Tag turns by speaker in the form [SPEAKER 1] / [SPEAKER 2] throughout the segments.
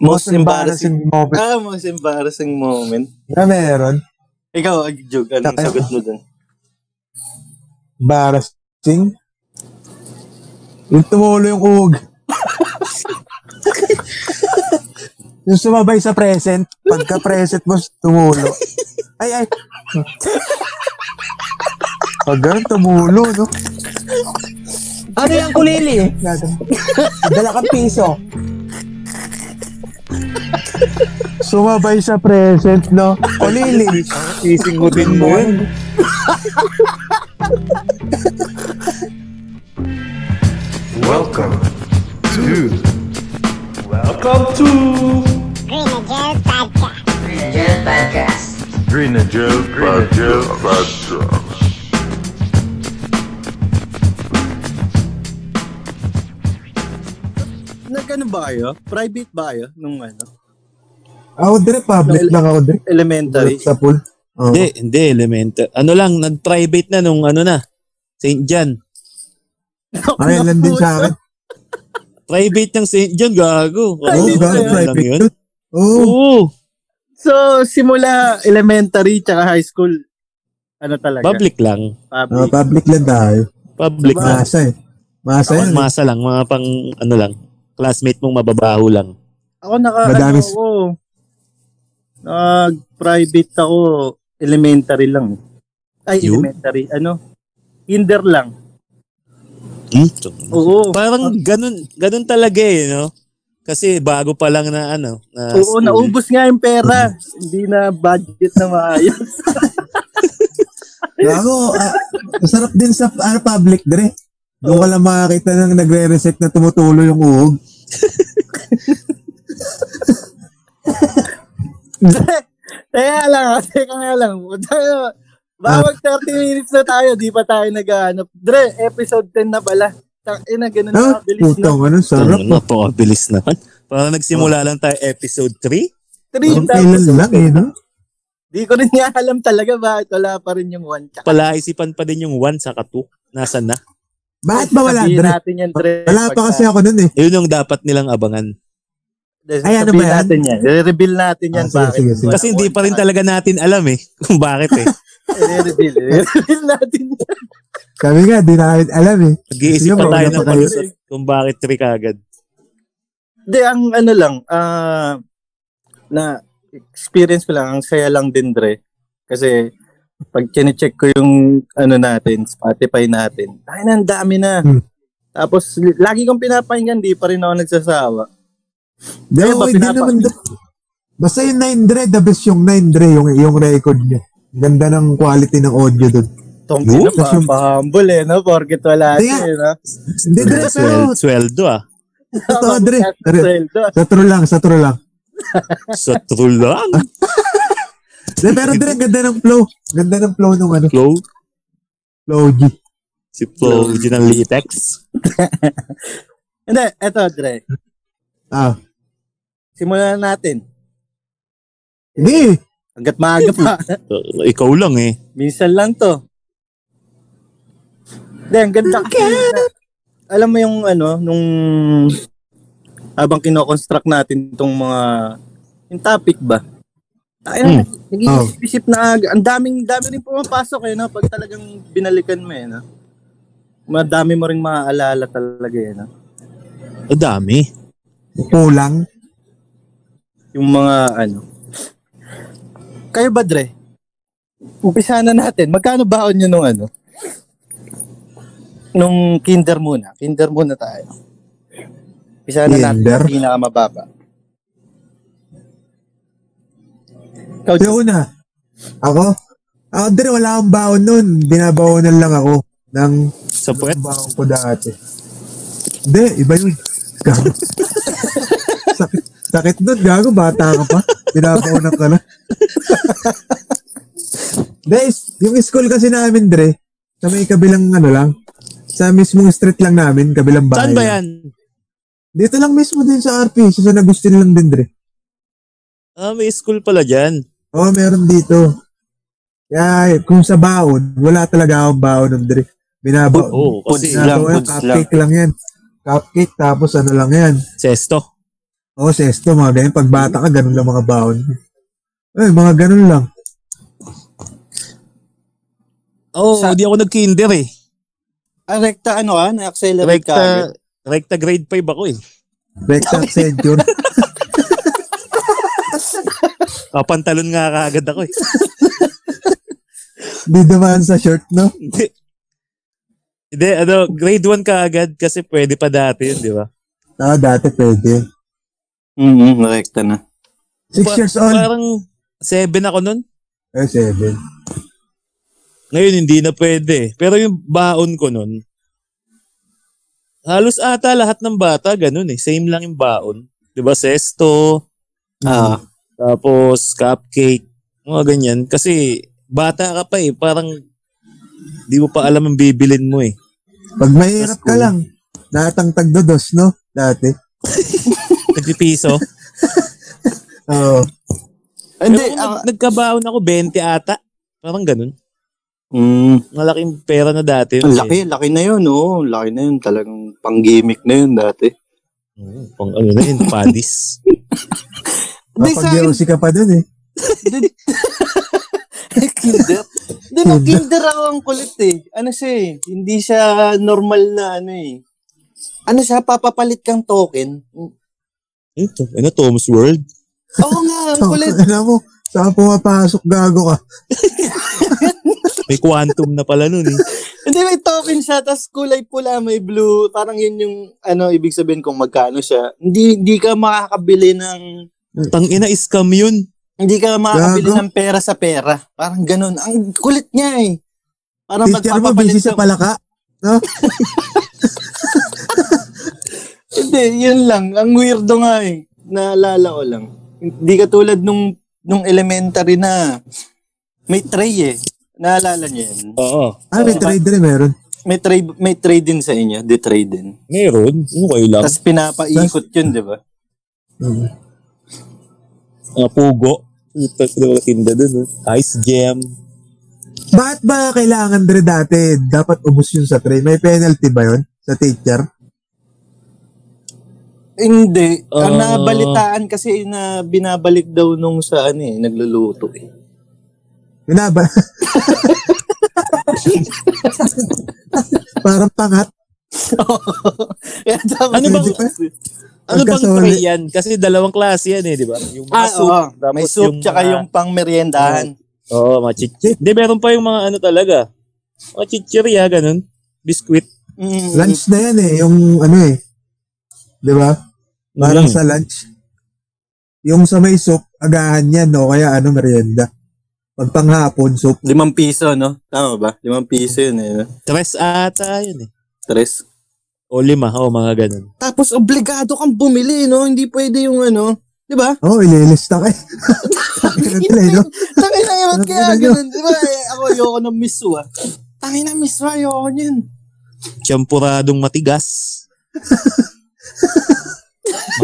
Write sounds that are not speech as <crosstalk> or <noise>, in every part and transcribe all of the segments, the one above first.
[SPEAKER 1] Most embarrassing
[SPEAKER 2] moment
[SPEAKER 1] Ah, most embarrassing moment.
[SPEAKER 2] na meron.
[SPEAKER 1] Ikaw, Jug, anong
[SPEAKER 2] Tayo.
[SPEAKER 1] sagot mo dun?
[SPEAKER 2] Embarrassing. Yung tumulo yung uhog. <laughs> yung sumabay sa present. Pagka present mo, tumulo. Ay, ay. Pag ganun, tumulo, no?
[SPEAKER 3] Ano yung kulili?
[SPEAKER 2] Gagan. Dala kang piso. Sumabay sa present, no? Kulili. Sisingutin mo yun.
[SPEAKER 4] Welcome to. Welcome to. Green and Joe Podcast. Green and Joe Podcast.
[SPEAKER 1] Nagkano ano ba kayo? Private ba kayo? Nung ano?
[SPEAKER 2] Ako, Dre, public lang ako, oh. Dre.
[SPEAKER 1] Elementary?
[SPEAKER 2] Sa pool. Oo.
[SPEAKER 5] Hindi, hindi, elemental. Ano lang, nag-private na nung ano na, St. John.
[SPEAKER 2] Ayun lang din sa akin.
[SPEAKER 5] Private ng St. John, gago.
[SPEAKER 2] Oo,
[SPEAKER 1] Private na
[SPEAKER 2] gago,
[SPEAKER 1] yun.
[SPEAKER 2] private
[SPEAKER 5] Alam
[SPEAKER 2] yun.
[SPEAKER 5] yun?
[SPEAKER 2] Oo.
[SPEAKER 5] Oo,
[SPEAKER 1] So, simula elementary tsaka high school, ano talaga?
[SPEAKER 5] public lang.
[SPEAKER 2] Ah,
[SPEAKER 1] Public.
[SPEAKER 2] public lang tayo.
[SPEAKER 5] Public na.
[SPEAKER 2] Masa eh. Masa yun.
[SPEAKER 5] Masa lang, mga pang, ano lang, classmate mong mababaho lang.
[SPEAKER 1] Ako naka, ano
[SPEAKER 2] Madami s-
[SPEAKER 1] ako, nag-private ako, elementary lang. Ay,
[SPEAKER 5] Yun?
[SPEAKER 1] elementary, ano? Kinder lang.
[SPEAKER 5] Hmm?
[SPEAKER 1] Oo.
[SPEAKER 5] Parang ganun, ganun talaga eh, no? Kasi bago pa lang na ano. Na
[SPEAKER 1] Oo,
[SPEAKER 5] school.
[SPEAKER 1] naubos nga yung pera. Hindi na budget na maayos.
[SPEAKER 2] Ako, ah, masarap din sa ano, public, Dre. Doon ka lang makakita ng nagre-reset na tumutulo yung uhog.
[SPEAKER 1] <laughs> Kaya lang, <laughs> kasi kaya lang. Tayo, Bawag
[SPEAKER 2] Ah.
[SPEAKER 1] 30 minutes na tayo, di pa tayo naghahanap. Dre, episode 10 na pala. Tang ina, ganun
[SPEAKER 2] Ah,
[SPEAKER 1] na bilis na.
[SPEAKER 2] putang, ano, sarap. Ah.
[SPEAKER 5] Ano, napakabilis naman. Parang nagsimula lang tayo episode 3.
[SPEAKER 1] 3
[SPEAKER 2] Ang kailan lang eh, no?
[SPEAKER 1] Di ko rin nga alam talaga bakit wala pa rin yung one chak.
[SPEAKER 5] Palaisipan pa din yung 1 sa 2. Nasaan na?
[SPEAKER 2] Bakit ba wala,
[SPEAKER 1] Sabihin
[SPEAKER 2] Dre?
[SPEAKER 1] natin yan, Dre.
[SPEAKER 2] Wala pa kasi ako nun eh.
[SPEAKER 5] Yun yung dapat nilang abangan.
[SPEAKER 2] Ay, ano ba yan?
[SPEAKER 1] natin yan. I-reveal natin yan.
[SPEAKER 2] Ah, sige,
[SPEAKER 1] bakit
[SPEAKER 2] sige, sige.
[SPEAKER 1] wala
[SPEAKER 5] Kasi hindi
[SPEAKER 1] one
[SPEAKER 5] pa rin
[SPEAKER 1] chak.
[SPEAKER 5] talaga natin alam eh kung bakit eh.
[SPEAKER 1] I-reveal. I-reveal natin yan.
[SPEAKER 2] Sabi nga, di namin alam eh.
[SPEAKER 5] Nag-iisip pa
[SPEAKER 2] Sino ba
[SPEAKER 5] tayo
[SPEAKER 2] una
[SPEAKER 5] ng
[SPEAKER 2] pa kayo?
[SPEAKER 5] palusot kung bakit tri kagad.
[SPEAKER 1] Hindi, ang ano lang, ah, na experience ko lang, ang saya lang din, Dre. Kasi, pag chinecheck ko yung ano natin, Spotify natin, ay na, ang dami na.
[SPEAKER 2] Hmm.
[SPEAKER 1] Tapos, l- lagi kong pinapakinggan, di pa rin ako nagsasawa.
[SPEAKER 2] Di,
[SPEAKER 1] Kaya ba
[SPEAKER 2] okay, di
[SPEAKER 1] pinapa-
[SPEAKER 2] naman. Dre. Basta yung 9 Dre, the best yung 9 Dre, yung, yung record niya. Ganda ng quality ng audio doon.
[SPEAKER 1] Tong
[SPEAKER 2] Yun?
[SPEAKER 1] sino pa, pa-humble eh, no? Porkit wala
[SPEAKER 2] Hindi
[SPEAKER 1] siya, eh, no?
[SPEAKER 2] Hindi Dre, pero
[SPEAKER 5] Swel- sweldo ah.
[SPEAKER 2] totoo Dre. Dre,
[SPEAKER 1] Sweldo.
[SPEAKER 2] Sa true lang, sa true lang.
[SPEAKER 5] Sa true lang.
[SPEAKER 2] Dre, pero Dre, ang ganda ng flow. Ganda ng flow nung ano,
[SPEAKER 5] Flow.
[SPEAKER 2] flow G.
[SPEAKER 5] Si Flow din ang litex.
[SPEAKER 1] Hindi, eto, Dre.
[SPEAKER 2] Ah,
[SPEAKER 1] Simulan na natin.
[SPEAKER 2] hindi eh.
[SPEAKER 1] Hanggat maaga
[SPEAKER 2] <laughs>
[SPEAKER 1] pa.
[SPEAKER 5] Uh, Ikaw lang eh.
[SPEAKER 1] Minsan lang to. Hindi, ang ganda. Alam mo yung ano, nung habang kinoconstruct natin tong mga yung topic ba? Ay,
[SPEAKER 5] Hmm.
[SPEAKER 1] nag-iisip na aga. Ang daming, dami rin pumapasok eh, no? Pag talagang binalikan mo eh, no? Madami mo rin maaalala talaga eh, no?
[SPEAKER 5] Ang dami.
[SPEAKER 2] Kulang.
[SPEAKER 1] Yung mga ano. Kayo ba, Dre? Umpisa na natin. Magkano baon nyo nung ano? Nung kinder muna. Kinder muna tayo. Umpisa na natin
[SPEAKER 2] Kinder?
[SPEAKER 1] sa pinakamababa. Ikaw, Dre.
[SPEAKER 2] Yung una, ako, ako Dre, wala akong baon nun. Binabaonan lang ako ng
[SPEAKER 5] Sa puwet.
[SPEAKER 2] baon ko dati. Hindi, iba yun.
[SPEAKER 5] <laughs>
[SPEAKER 2] Gago. sakit, sakit nun, gago, bata ka pa. Binabaonan ka na. Guys, yung school kasi namin, Dre, sa may kabilang ano lang, sa mismong street lang namin, kabilang bahay.
[SPEAKER 5] Saan ba
[SPEAKER 2] lang.
[SPEAKER 5] yan?
[SPEAKER 2] Dito lang mismo din sa RP, sa San Agustin lang din, Dre.
[SPEAKER 5] Ah, may school pala dyan.
[SPEAKER 2] Oo, oh, meron dito. Kaya kung sa baon, wala talaga akong baon nun, Dre. Binaba.
[SPEAKER 5] Oo, Oh, kasi
[SPEAKER 1] Foods lang,
[SPEAKER 2] binabaon,
[SPEAKER 1] foods lang.
[SPEAKER 2] Cupcake lang yan. Cupcake, tapos ano lang yan.
[SPEAKER 5] sesto.
[SPEAKER 2] Oo, sesto, mga ganyan. Pag bata ka, ganun lang mga baon. Eh, mga ganun lang.
[SPEAKER 5] Oo, oh,
[SPEAKER 1] Sa-
[SPEAKER 5] hindi ako nag-kinder eh.
[SPEAKER 1] Ah, recta ano ka? Na-accelerate ka agad?
[SPEAKER 5] Recta, recta grade 5 ako eh.
[SPEAKER 1] <laughs>
[SPEAKER 2] Recta Accenture.
[SPEAKER 5] Kapantalon Ah, nga kaagad ako eh. <laughs>
[SPEAKER 2] Di dumaan sa shirt, no?
[SPEAKER 5] Hindi. Hindi, ano, grade 1 kaagad kasi pwede pa dati yun, di ba?
[SPEAKER 2] Ah, dati pwede.
[SPEAKER 1] Mm-hmm, recta na.
[SPEAKER 2] Six
[SPEAKER 5] Pa-
[SPEAKER 2] years old.
[SPEAKER 5] Parang 7 ako nun.
[SPEAKER 2] Eh, seven.
[SPEAKER 5] Ngayon, hindi na pwede. eh. Pero yung baon ko nun, halos ata lahat ng bata, ganun eh. Same lang yung baon. Di ba? Sesto,
[SPEAKER 1] Ah,
[SPEAKER 5] tapos cupcake, mga ganyan. Kasi bata ka pa eh. Parang di mo pa alam ang bibilin mo eh.
[SPEAKER 2] Pag mahirap ka
[SPEAKER 5] Sa school.
[SPEAKER 2] lang, natang tagdodos, no? Dati.
[SPEAKER 5] 20
[SPEAKER 1] <laughs>
[SPEAKER 5] piso.
[SPEAKER 2] Oo.
[SPEAKER 5] Pero
[SPEAKER 1] hindi.
[SPEAKER 5] kung
[SPEAKER 1] ah,
[SPEAKER 5] nag- nagkabaon ako, 20 ata. Parang ganun.
[SPEAKER 1] mm,
[SPEAKER 5] Malaking pera na dati.
[SPEAKER 1] ang
[SPEAKER 5] yun eh.
[SPEAKER 1] laki, laki na yun, oo. Ang Laki na yun, talagang pang-gimmick na yun dati.
[SPEAKER 5] Oo, pang ano na yun, padis.
[SPEAKER 1] <laughs> Hindi sa akin,
[SPEAKER 2] Mapag-yosi ka pa dun eh.
[SPEAKER 1] Di- kinder. Di no, kinder ako ang kulit eh. Ano siya eh, hindi siya normal na ano eh. Ano siya, papapalit kang token?
[SPEAKER 5] Ito, ano, Tom's World?
[SPEAKER 1] Oo nga, ang
[SPEAKER 2] So,
[SPEAKER 1] kulit.
[SPEAKER 2] <laughs> alam mo, saan pumapasok gago ka?
[SPEAKER 5] May quantum na pala nun eh.
[SPEAKER 1] Hindi, may token siya, tapos kulay pula, may blue. Parang yun yung, ano, ibig sabihin kung magkano siya. Hindi, hindi ka makakabili ng,
[SPEAKER 5] Tangina, scam yun.
[SPEAKER 1] hindi ka makakabili
[SPEAKER 2] Gago.
[SPEAKER 1] ng pera sa pera. Parang ganun. Ang kulit niya eh. Parang
[SPEAKER 2] Teacher mo,
[SPEAKER 1] magpapapalit
[SPEAKER 2] busy sa
[SPEAKER 1] ka-
[SPEAKER 2] palaka.
[SPEAKER 1] Hindi, yun lang. Ang weirdo nga eh. Naalala ko lang. Hindi katulad nung, nung elementary na may tray eh. Naalala niyo yun?
[SPEAKER 5] Oo.
[SPEAKER 2] Ah, may
[SPEAKER 1] Oo.
[SPEAKER 2] trade rin meron.
[SPEAKER 1] May tray, may tray din sa inyo. Di tray din.
[SPEAKER 5] Meron. Ano kayo lang?
[SPEAKER 1] Tapos pinapaikot yun, di ba?
[SPEAKER 2] Mm.
[SPEAKER 5] Mga pugo. Ito, ito mga tinda dun. eh. Ice gem.
[SPEAKER 2] Bakit ba kailangan rin dati dapat ubus yun sa tray? May penalty ba yun sa teacher?
[SPEAKER 1] Hindi. ang
[SPEAKER 5] Ah.
[SPEAKER 1] nabalitaan kasi na binabalik daw nung sa ano eh, nagluluto eh. <laughs>
[SPEAKER 2] Binaba. <laughs> Parang pangat.
[SPEAKER 1] Kaya dapat-
[SPEAKER 5] Ano bang-
[SPEAKER 1] Kasi-
[SPEAKER 5] Ano bang
[SPEAKER 2] Pagkasoli.
[SPEAKER 5] tray yan? Kasi dalawang klase yan eh, di ba? Yung mga
[SPEAKER 1] <laughs> Ah,
[SPEAKER 5] soup.
[SPEAKER 1] oo. May
[SPEAKER 5] tapos
[SPEAKER 1] soup tsaka
[SPEAKER 5] mga-
[SPEAKER 1] yung pang meriendahan.
[SPEAKER 5] Oo, oh, mga chichir. Hindi, meron pa yung mga ano talaga. Mga chichirya, ganun. Biskuit.
[SPEAKER 1] Mm.
[SPEAKER 2] Lunch na yan eh. Yung ano eh. Di ba? Parang
[SPEAKER 5] Mm.
[SPEAKER 2] sa lunch. Yung sa may soup, agahan yan. No? Kaya ano, merienda. Pag panghapon, soup.
[SPEAKER 1] Limang piso, no? Tama ba? Limang piso yun eh. no?
[SPEAKER 5] Tres ata yun eh.
[SPEAKER 1] Tres.
[SPEAKER 5] O lima, o mga ganun.
[SPEAKER 1] Tapos obligado kang bumili, no? Hindi pwede yung ano, 'di ba?
[SPEAKER 2] Oo, oh, ililista ka eh. <laughs> Ang tray,
[SPEAKER 1] <laughs>
[SPEAKER 2] no?
[SPEAKER 1] Tangin na yun, kaya
[SPEAKER 2] Ano yun?
[SPEAKER 1] ganun, 'di ba? Eh, ako ayoko ng miso, ah. Tangin na miso, ayoko niyan.
[SPEAKER 5] Champuradong <laughs> matigas.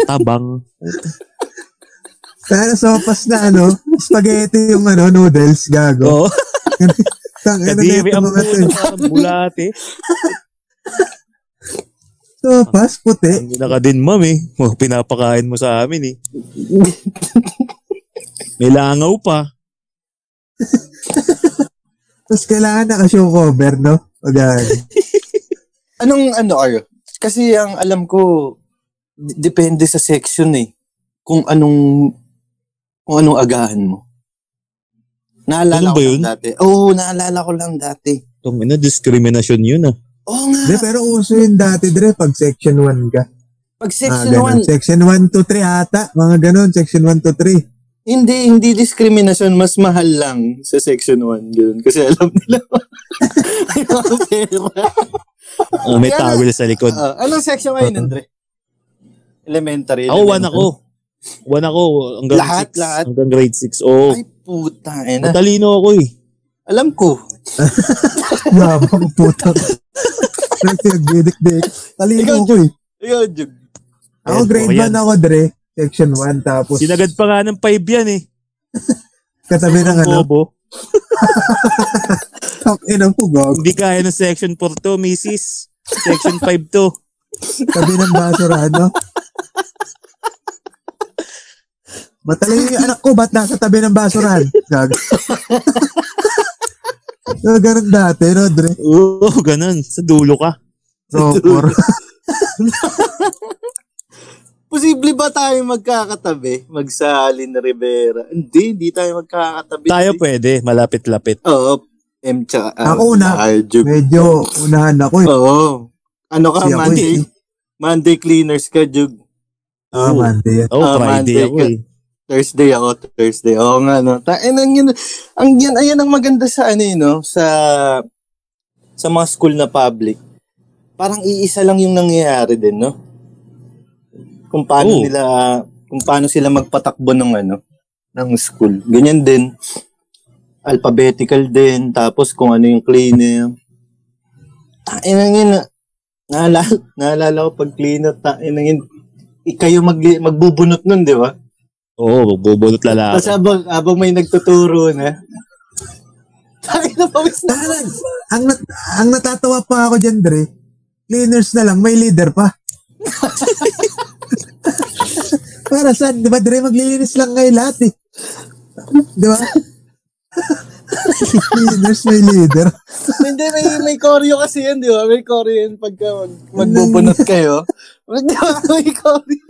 [SPEAKER 5] Matabang.
[SPEAKER 2] Sana sopas na ano, spaghetti yung ano, noodles, gago.
[SPEAKER 5] Oo.
[SPEAKER 2] Tang, ano na
[SPEAKER 5] Kadiri
[SPEAKER 2] ito
[SPEAKER 5] <laughs> ang
[SPEAKER 2] mga to.
[SPEAKER 5] puno. Parang bulate.
[SPEAKER 2] Sopas, Oh, puti.
[SPEAKER 5] Ang ina ka din, ma'am eh. Oh, pinapakain mo sa amin eh. May langaw pa.
[SPEAKER 2] Tapos kailangan naka-show cover, no? Pag
[SPEAKER 1] Anong ano ayo? Kasi ang alam ko d- depende sa section eh kung anong kung anong agahan mo. Naalala
[SPEAKER 5] Ganun ba
[SPEAKER 1] ko
[SPEAKER 5] yun?
[SPEAKER 1] lang dati. Oo, naalala ko lang dati.
[SPEAKER 5] Itong ina, discrimination yun ah.
[SPEAKER 1] Oo nga.
[SPEAKER 2] Hindi, pero uso yun dati, Dre, pag section 1 ka.
[SPEAKER 1] Pag
[SPEAKER 2] Mga
[SPEAKER 5] Ah,
[SPEAKER 1] section
[SPEAKER 2] ganun.
[SPEAKER 1] 1,
[SPEAKER 2] Section 1 to 3 ata. Mga ganun, section 1
[SPEAKER 1] <laughs>
[SPEAKER 2] to 3.
[SPEAKER 1] Hindi, hindi discrimination. Mas mahal lang sa section 1. Ganun. Kasi alam nila. may mga pera.
[SPEAKER 5] Ah, may
[SPEAKER 1] Kaya-
[SPEAKER 5] tawil sa likod.
[SPEAKER 1] Ah, anong section ngayon, Andre? Elementary.
[SPEAKER 5] Ako, one
[SPEAKER 1] elementary.
[SPEAKER 5] ako. One ako. Hanggang
[SPEAKER 1] Lahat,
[SPEAKER 5] six.
[SPEAKER 1] lahat?
[SPEAKER 5] Hanggang grade 6. Oo.
[SPEAKER 1] Ay, puta. Eh, na.
[SPEAKER 5] Matalino ako eh.
[SPEAKER 1] Alam ko.
[SPEAKER 2] Mabang puta. Nagsiagbidik-dik.
[SPEAKER 1] Ikaw,
[SPEAKER 2] Talino ko eh.
[SPEAKER 1] Ayun, Jug.
[SPEAKER 2] Ako
[SPEAKER 5] Ayan,
[SPEAKER 2] grade 1
[SPEAKER 5] okay oh, yan.
[SPEAKER 2] ako, Dre. Section 1. Tapos
[SPEAKER 5] Sinagad pa nga ng 5 yan eh.
[SPEAKER 2] katabi ng ano. <laughs>
[SPEAKER 5] Bobo.
[SPEAKER 2] Fuck, inang po, gog.
[SPEAKER 5] Hindi kaya ng section 4 to, misis. <laughs> Section 5 to.
[SPEAKER 2] Tabi ng basurahan, no? Matalino yung anak ko, ba't nasa tabi ng basurahan? Gag. <laughs> so, ganun dati, no, Dre?
[SPEAKER 5] Oo, ganun. Sa dulo ka.
[SPEAKER 2] So, for,
[SPEAKER 1] Posible ba tayo magkakatabi? Magsalin Rivera? Hindi, hindi tayo magkakatabi.
[SPEAKER 5] Tayo pwede, malapit-lapit.
[SPEAKER 1] Oo. M tsaka
[SPEAKER 2] Ako na.
[SPEAKER 1] RJ.
[SPEAKER 2] <laughs> medyo unahan ako
[SPEAKER 1] Oh.
[SPEAKER 2] eh.
[SPEAKER 1] Oo. Ano ka,
[SPEAKER 2] Si ako
[SPEAKER 1] Monday?
[SPEAKER 2] eh.
[SPEAKER 1] Monday cleaners ka, Jug.
[SPEAKER 2] Ah,
[SPEAKER 5] Oo.
[SPEAKER 2] Monday.
[SPEAKER 5] Oo,
[SPEAKER 1] Ah,
[SPEAKER 5] Friday
[SPEAKER 1] Monday
[SPEAKER 5] ako
[SPEAKER 1] ka.
[SPEAKER 5] eh.
[SPEAKER 1] Thursday ako, Thursday. Oo nga, no. Ta and ang yun, ang yun, ayan ang maganda sa ano, eh, no? Sa, sa mga school na public. Parang iisa lang yung nangyayari din, no? Kung paano
[SPEAKER 5] Oo.
[SPEAKER 1] nila, kung paano sila magpatakbo ng ano, ng school. Ganyan din. Alphabetical din, tapos kung ano yung cleaner. Tain ang yun, ah. naalala, naalala ko pag cleaner, tain ang yun, ikayo mag, magbubunot nun, di ba?
[SPEAKER 5] Oo, bubulot
[SPEAKER 1] Tapos
[SPEAKER 5] lalaki.
[SPEAKER 1] abang, abang may nagtuturo na. <laughs> Tayo na pawis na.
[SPEAKER 2] Tahan, ang, nat- ang natatawa pa ako dyan, Dre, cleaners na lang, may leader pa. Para saan? Di ba, Dre, maglilinis lang ngayon lahat eh. Di ba? <laughs> cleaners, may leader.
[SPEAKER 1] Hindi, may, may choreo kasi yan, di ba? May choreo yan pagka mag, magbubunot kayo. Di ba? May choreo.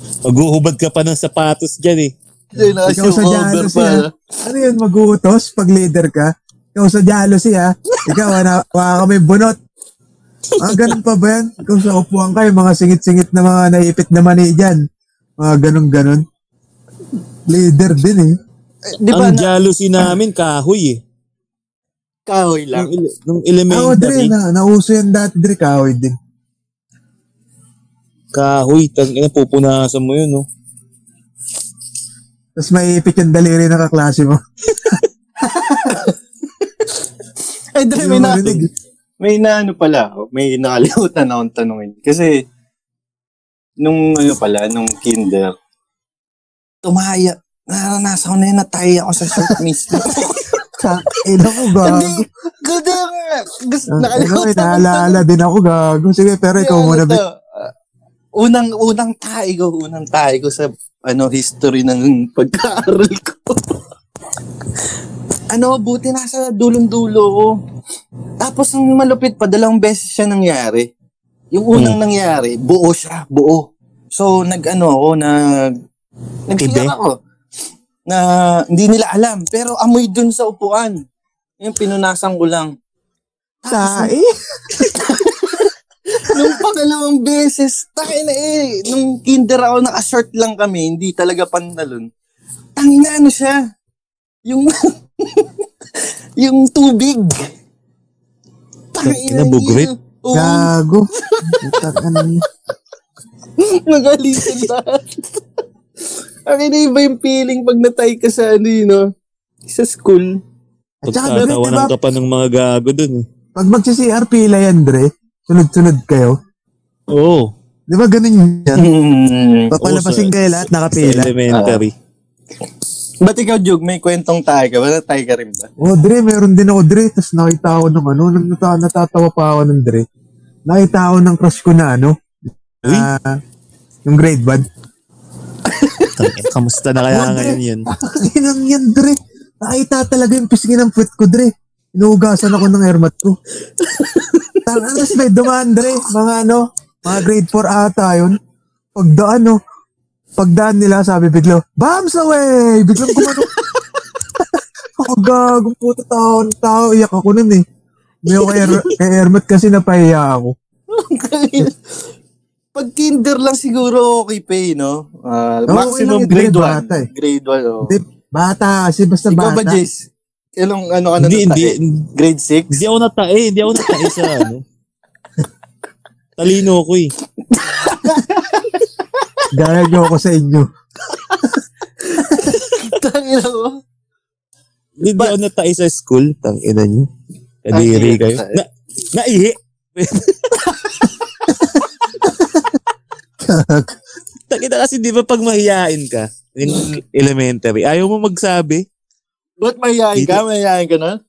[SPEAKER 5] Maghuhubad ka pa ng sapatos dyan eh.
[SPEAKER 1] Yun, na,
[SPEAKER 2] Ikaw sa
[SPEAKER 1] over
[SPEAKER 2] jealousy
[SPEAKER 1] pa.
[SPEAKER 2] ha. Ano yun, magutos pag leader ka? Ikaw sa jealousy ha. Ikaw, wala, wala kami bunot. Ah, ganun pa ba yan? Ikaw sa upuan kayo, mga singit-singit na mga naipit na mani dyan. Mga ganun-ganun. Leader din eh.
[SPEAKER 1] Eh, Di ba?
[SPEAKER 5] Ang
[SPEAKER 1] Na,
[SPEAKER 5] jealousy namin, kahoy eh.
[SPEAKER 1] kahoy lang.
[SPEAKER 5] Nung, ele- nung
[SPEAKER 2] Ako, Dre,
[SPEAKER 5] elementary,
[SPEAKER 2] na, nauso yan dati, Dre, kahoy din.
[SPEAKER 5] kahoy, tang, ina, pupunasan mo yun, no?
[SPEAKER 2] Tapos may ipit yung daliri ng kaklase mo.
[SPEAKER 1] Ay, di, <laughs> may
[SPEAKER 2] Yung
[SPEAKER 1] na,
[SPEAKER 2] rinig.
[SPEAKER 1] may na ano pala. ako. May nakalimutan akong tanungin. Kasi, nung ano pala, nung kinder, tumaya. Naranasan ko na yun, nataya ako sa shirt mismo.
[SPEAKER 2] Sa- Eh, ako, gago.
[SPEAKER 1] Hindi, ganda nga. Gusto,
[SPEAKER 2] Ah, Ano,
[SPEAKER 1] nakalimutan. ko
[SPEAKER 2] inaalaala din ako, gago. Sige, pero ikaw
[SPEAKER 1] Ano
[SPEAKER 2] muna,
[SPEAKER 1] to?
[SPEAKER 2] Vic.
[SPEAKER 1] Ah, unang, unang tayo ko, unang tayo ko sa ano, history ng pagkaaral ko. <laughs> ano, buti nasa dulong-dulo ko. Tapos ang malupit pa, dalawang beses siya nangyari. Yung
[SPEAKER 2] Hmm.
[SPEAKER 1] unang nangyari, buo siya, buo. So, nag-ano ako, nag... Nagsiyak
[SPEAKER 5] Tibe?
[SPEAKER 1] ako. Na hindi nila alam, pero amoy dun sa upuan. Yung pinunasan ko lang.
[SPEAKER 2] Tae.
[SPEAKER 1] nung pangalawang beses, takin na eh, nung kinder ako, naka-short lang kami, hindi talaga pantalon. Tangin na ano siya, yung, <laughs> yung tubig. Tangin
[SPEAKER 5] Tangina, bugrit.
[SPEAKER 1] Oo, <laughs>
[SPEAKER 2] Gago. Putak, ano yun?
[SPEAKER 1] nagalitin lahat. Ang iniba yung feeling pag natay ka sa ano yun, no? sa school.
[SPEAKER 2] At saka, Dre, di ba,
[SPEAKER 5] Pagtatawanan ka pa ng mga gago dun eh.
[SPEAKER 2] pag magsi-CR pila yan, Dre, sunod-sunod kayo.
[SPEAKER 5] Oo,
[SPEAKER 2] Di ba ganun yan?
[SPEAKER 1] Hmm.
[SPEAKER 2] Papalabasin
[SPEAKER 5] Oo, sa-
[SPEAKER 2] kayo lahat
[SPEAKER 5] sa
[SPEAKER 2] nakapila.
[SPEAKER 5] elementary.
[SPEAKER 1] <laughs> Ba't ikaw, Jug, may kwentong tayo ka? Ba't tayo ka rin ba?
[SPEAKER 2] Oh, Dre, meron din ako, Dre. Tapos nakita ako ng ano, nang nata- natatawa pa ako ng Dre. Nakita ako ng crush ko na ano.
[SPEAKER 5] Uy.
[SPEAKER 2] ah, yung grade 1.
[SPEAKER 5] Tangina, Kamusta na kaya
[SPEAKER 2] Wag,
[SPEAKER 5] ngayon yan?
[SPEAKER 2] Ginang yan, Dre. Nakita talaga yung pisngi ng foot ko, Dre. Inuugasan ako ng airmat ko. Tapos may dumaan, Dre. Mga ano, mga grade 4 ata yun. Pagdaan, no. Pagdaan nila, sabi biglo, BAMS away! Biglang gumano. <laughs> ako gagong puto tao ng tao. Iyak ako nun eh. May ako air, kay airmat kasi napahiya ako.
[SPEAKER 1] <laughs> Pag kinder lang siguro okay pa eh, no? Ah,
[SPEAKER 2] Oo,
[SPEAKER 1] maximum
[SPEAKER 2] okay lang yun,
[SPEAKER 1] grade
[SPEAKER 2] grade
[SPEAKER 1] 1.
[SPEAKER 2] bata eh.
[SPEAKER 1] Grade 1, oh.
[SPEAKER 2] Hindi, bata kasi basta
[SPEAKER 1] Ikaw ba,
[SPEAKER 2] bata.
[SPEAKER 1] Jace? Anong, ano ka na
[SPEAKER 5] Hindi,
[SPEAKER 1] nung
[SPEAKER 5] hindi,
[SPEAKER 1] tae? Grade
[SPEAKER 2] <laughs>
[SPEAKER 1] 6?
[SPEAKER 5] hindi ako natae, hindi ako natae sa <laughs> ano. Talino ako eh.
[SPEAKER 2] Gaya niyo ako sa
[SPEAKER 1] <laughs>
[SPEAKER 2] inyo.
[SPEAKER 1] Tangina ko.
[SPEAKER 5] Hindi ako natae sa school. Tang ina niyo.
[SPEAKER 1] Ay,
[SPEAKER 5] Kadiri kayo.
[SPEAKER 1] natae.
[SPEAKER 5] Na,
[SPEAKER 1] <laughs>
[SPEAKER 5] naihi. Tangina kasi di ba pag mahihain ka in elementary, ayaw mo magsabi.
[SPEAKER 1] Ba't mayayain ka? Mayayain ka na?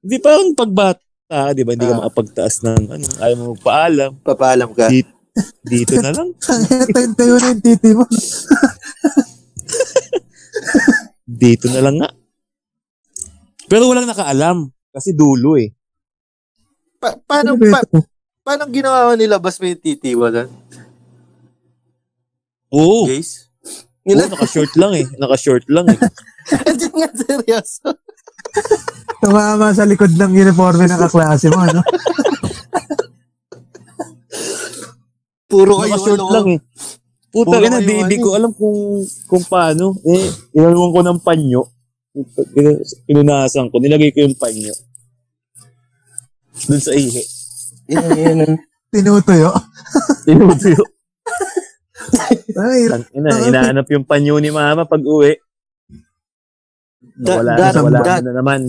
[SPEAKER 5] Hindi parang pagbata, di ba? Hindi ka
[SPEAKER 1] Ah.
[SPEAKER 5] makapagtaas ng ano, ayaw mo magpaalam.
[SPEAKER 1] Papaalam ka.
[SPEAKER 5] Dito na lang.
[SPEAKER 2] Tayo-tayo na yung titi mo.
[SPEAKER 5] Dito na lang nga. Pero walang nakaalam. Kasi dulo eh.
[SPEAKER 1] Pa- paano,
[SPEAKER 2] Ano ba
[SPEAKER 1] pa-
[SPEAKER 2] ito?
[SPEAKER 1] paano ginawa nila bas may titiwalan?
[SPEAKER 2] Oh.
[SPEAKER 5] Oo.
[SPEAKER 1] Guys?
[SPEAKER 5] Oo,
[SPEAKER 1] Nila,
[SPEAKER 5] naka-short lang eh. Naka-short lang eh.
[SPEAKER 1] <laughs> hindi nga seryoso.
[SPEAKER 2] Tumama sa likod ng uniforme ng kaklase mo,
[SPEAKER 1] <laughs>
[SPEAKER 2] ano?
[SPEAKER 1] Puro kayo
[SPEAKER 5] Naka-short
[SPEAKER 1] ano.
[SPEAKER 5] lang eh. Puta
[SPEAKER 1] Puro
[SPEAKER 5] ka na,
[SPEAKER 1] kayo,
[SPEAKER 5] di, di
[SPEAKER 1] ano.
[SPEAKER 5] ko alam kung kung paano. Eh, inaluan ko ng panyo. Pinunasan ko. Nilagay ko yung panyo. Doon sa ihi.
[SPEAKER 3] Yun, yun, yun.
[SPEAKER 2] Tinutuyo.
[SPEAKER 5] Tinutuyo. <laughs>
[SPEAKER 2] Ay,
[SPEAKER 5] Tang- Ina, inaanap yung panyo ni mama pag uwi.
[SPEAKER 1] Da-
[SPEAKER 5] Wala
[SPEAKER 1] da-
[SPEAKER 5] na, wala
[SPEAKER 1] da-
[SPEAKER 5] na naman.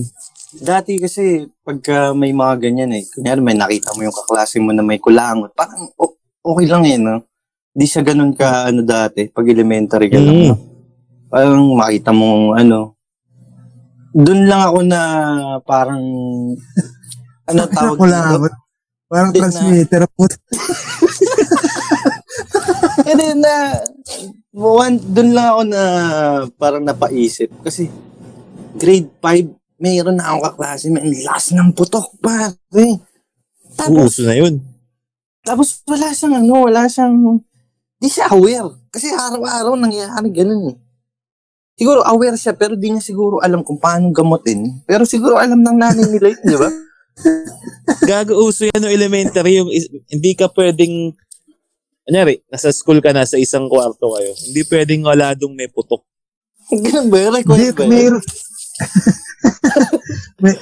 [SPEAKER 1] Dati kasi, pagka may mga ganyan eh, kunyari may nakita mo yung kaklase mo na may kulangot, parang o- okay lang eh, no? Di siya ganun ka, ano dati, pag elementary ka lang.
[SPEAKER 5] Mm.
[SPEAKER 1] no? Parang makita mo, ano, doon lang ako na parang, ano tawag dito?
[SPEAKER 2] nakulangot. Parang
[SPEAKER 1] Hindi na.
[SPEAKER 2] transmitter. Put-
[SPEAKER 1] And then, na, one, doon lang ako na parang napaisip. Kasi, grade 5, mayroon na akong kaklase, may ang lakas ng putok, pare. Tapos,
[SPEAKER 5] Uuso na yun.
[SPEAKER 1] Tapos wala siyang ano, wala siyang, di siya aware. Kasi araw-araw nangyayari ganun eh. Siguro aware siya pero di niya siguro alam kung paano gamutin. Pero siguro alam ng nanay nila yun, di ba?
[SPEAKER 5] Gago uso yan no elementary. Yung is- hindi ka pwedeng, anyari, nasa school ka na sa isang kwarto kayo. Hindi pwedeng wala dong may putok. <laughs>
[SPEAKER 1] ganun ba yun?
[SPEAKER 2] Hindi,
[SPEAKER 1] Required ba yun?
[SPEAKER 2] may,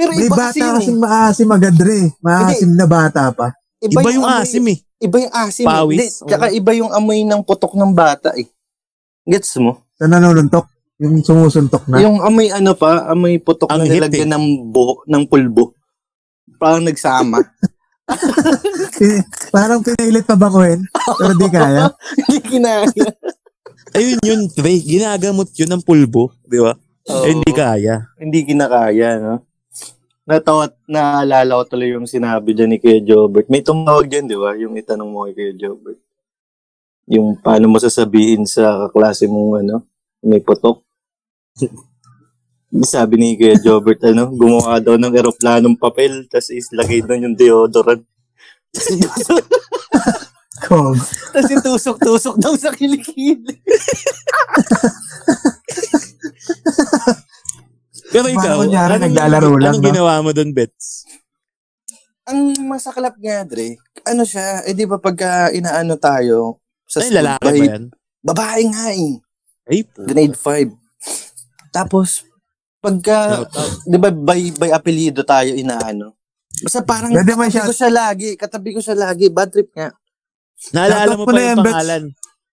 [SPEAKER 1] pero
[SPEAKER 2] may
[SPEAKER 1] iba kasi
[SPEAKER 2] bata
[SPEAKER 1] yun eh.
[SPEAKER 2] kasing maasim agad, Dre. Maasim na bata pa.
[SPEAKER 5] Iba yung
[SPEAKER 1] amoy-
[SPEAKER 5] asim eh.
[SPEAKER 1] Iba yung asim. eh.
[SPEAKER 5] Pawis.
[SPEAKER 1] Hindi, tsaka iba yung amoy ng putok ng bata eh. Gets mo?
[SPEAKER 2] Sa nanununtok. Yung sumusuntok na.
[SPEAKER 1] Yung amoy ano pa, amoy putok na
[SPEAKER 5] Ang hip,
[SPEAKER 1] nilagyan ng buho, ng pulbo. Parang nagsama.
[SPEAKER 2] Pin- parang pinailit pa banguhin. Pero di kaya.
[SPEAKER 1] <laughs> Hindi kinaya.
[SPEAKER 5] Ayun yun, Trey. Ginagamot yun ng pulbo. Di ba?
[SPEAKER 1] Oo.
[SPEAKER 5] Eh, hindi kaya.
[SPEAKER 1] hindi kinakaya, no? Natawa, naalala ko tuloy yung sinabi dyan ni Kuya Jobert. May tumawag dyan, di ba? Yung itanong mo kay Kuya Jobert. Yung paano mo sasabihin sa kaklase mong ano, may putok. <laughs> Sabi ni Kuya Jobert, ano, gumawa daw ng eroplanong papel, tapos islagay doon yung
[SPEAKER 5] <laughs>
[SPEAKER 1] deodorant.
[SPEAKER 2] Kog.
[SPEAKER 1] tapos itusok-tusok daw sa kilikili.
[SPEAKER 5] Pero ikaw,
[SPEAKER 2] kunyari, naglalaro lang,
[SPEAKER 5] anong
[SPEAKER 2] no?
[SPEAKER 5] ginawa mo doon, Bets?
[SPEAKER 1] Ang masaklap nga, Dre, ano siya, eh di ba pagka inaano tayo, sa
[SPEAKER 5] Ay,
[SPEAKER 1] school,
[SPEAKER 5] lalaki ba
[SPEAKER 1] grade-
[SPEAKER 5] yan?
[SPEAKER 1] Babae nga eh.
[SPEAKER 5] Ay, po.
[SPEAKER 1] Grade 5. Tapos, pagka, di ba, by, by apelido tayo inaano? Basta parang,
[SPEAKER 2] Pwede man
[SPEAKER 1] katabi
[SPEAKER 2] siya.
[SPEAKER 1] ko siya lagi, katabi ko siya lagi, bad trip nga.
[SPEAKER 5] Naalala
[SPEAKER 2] Shoutout
[SPEAKER 5] mo
[SPEAKER 2] mo
[SPEAKER 5] pa
[SPEAKER 2] na
[SPEAKER 5] yung
[SPEAKER 2] yan, Bets.
[SPEAKER 5] pangalan.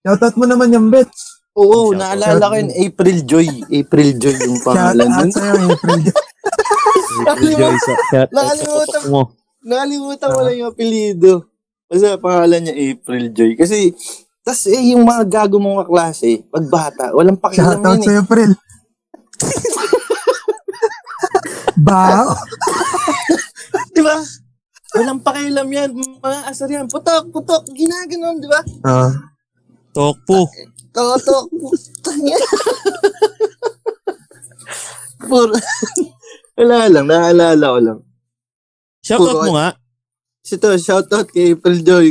[SPEAKER 2] Shoutout mo naman yung bets.
[SPEAKER 1] Oo,
[SPEAKER 5] Shoutout.
[SPEAKER 1] naalala ko yun, April Joy. April Joy yung pangalan
[SPEAKER 2] Shoutout
[SPEAKER 1] nun.
[SPEAKER 2] sa'yo,
[SPEAKER 1] <laughs>
[SPEAKER 2] April.
[SPEAKER 1] Nakalimutan,
[SPEAKER 5] Rejoice at- at- at-
[SPEAKER 1] Nakalimutan.
[SPEAKER 5] at- mo.
[SPEAKER 1] nakalimutan ko lang yung apelido. Basta pangalan niya April Joy. Kasi, tas eh, yung mga gago mong kaklase, pag bata, walang pakialam
[SPEAKER 2] Shoutout
[SPEAKER 1] yun eh.
[SPEAKER 2] sa'yo,
[SPEAKER 1] <laughs>
[SPEAKER 2] April. Bao.
[SPEAKER 1] Di ba? Walang pakialam yan, Mm, mga asar yan. Putok, putok, ginaganon, di ba?
[SPEAKER 2] Ah.
[SPEAKER 5] Tokpo.
[SPEAKER 1] Toto, putang yan. Puro. Wala lang, naalala ko lang.
[SPEAKER 5] Shoutout mo nga.
[SPEAKER 1] Ito, shoutout kay April Joy.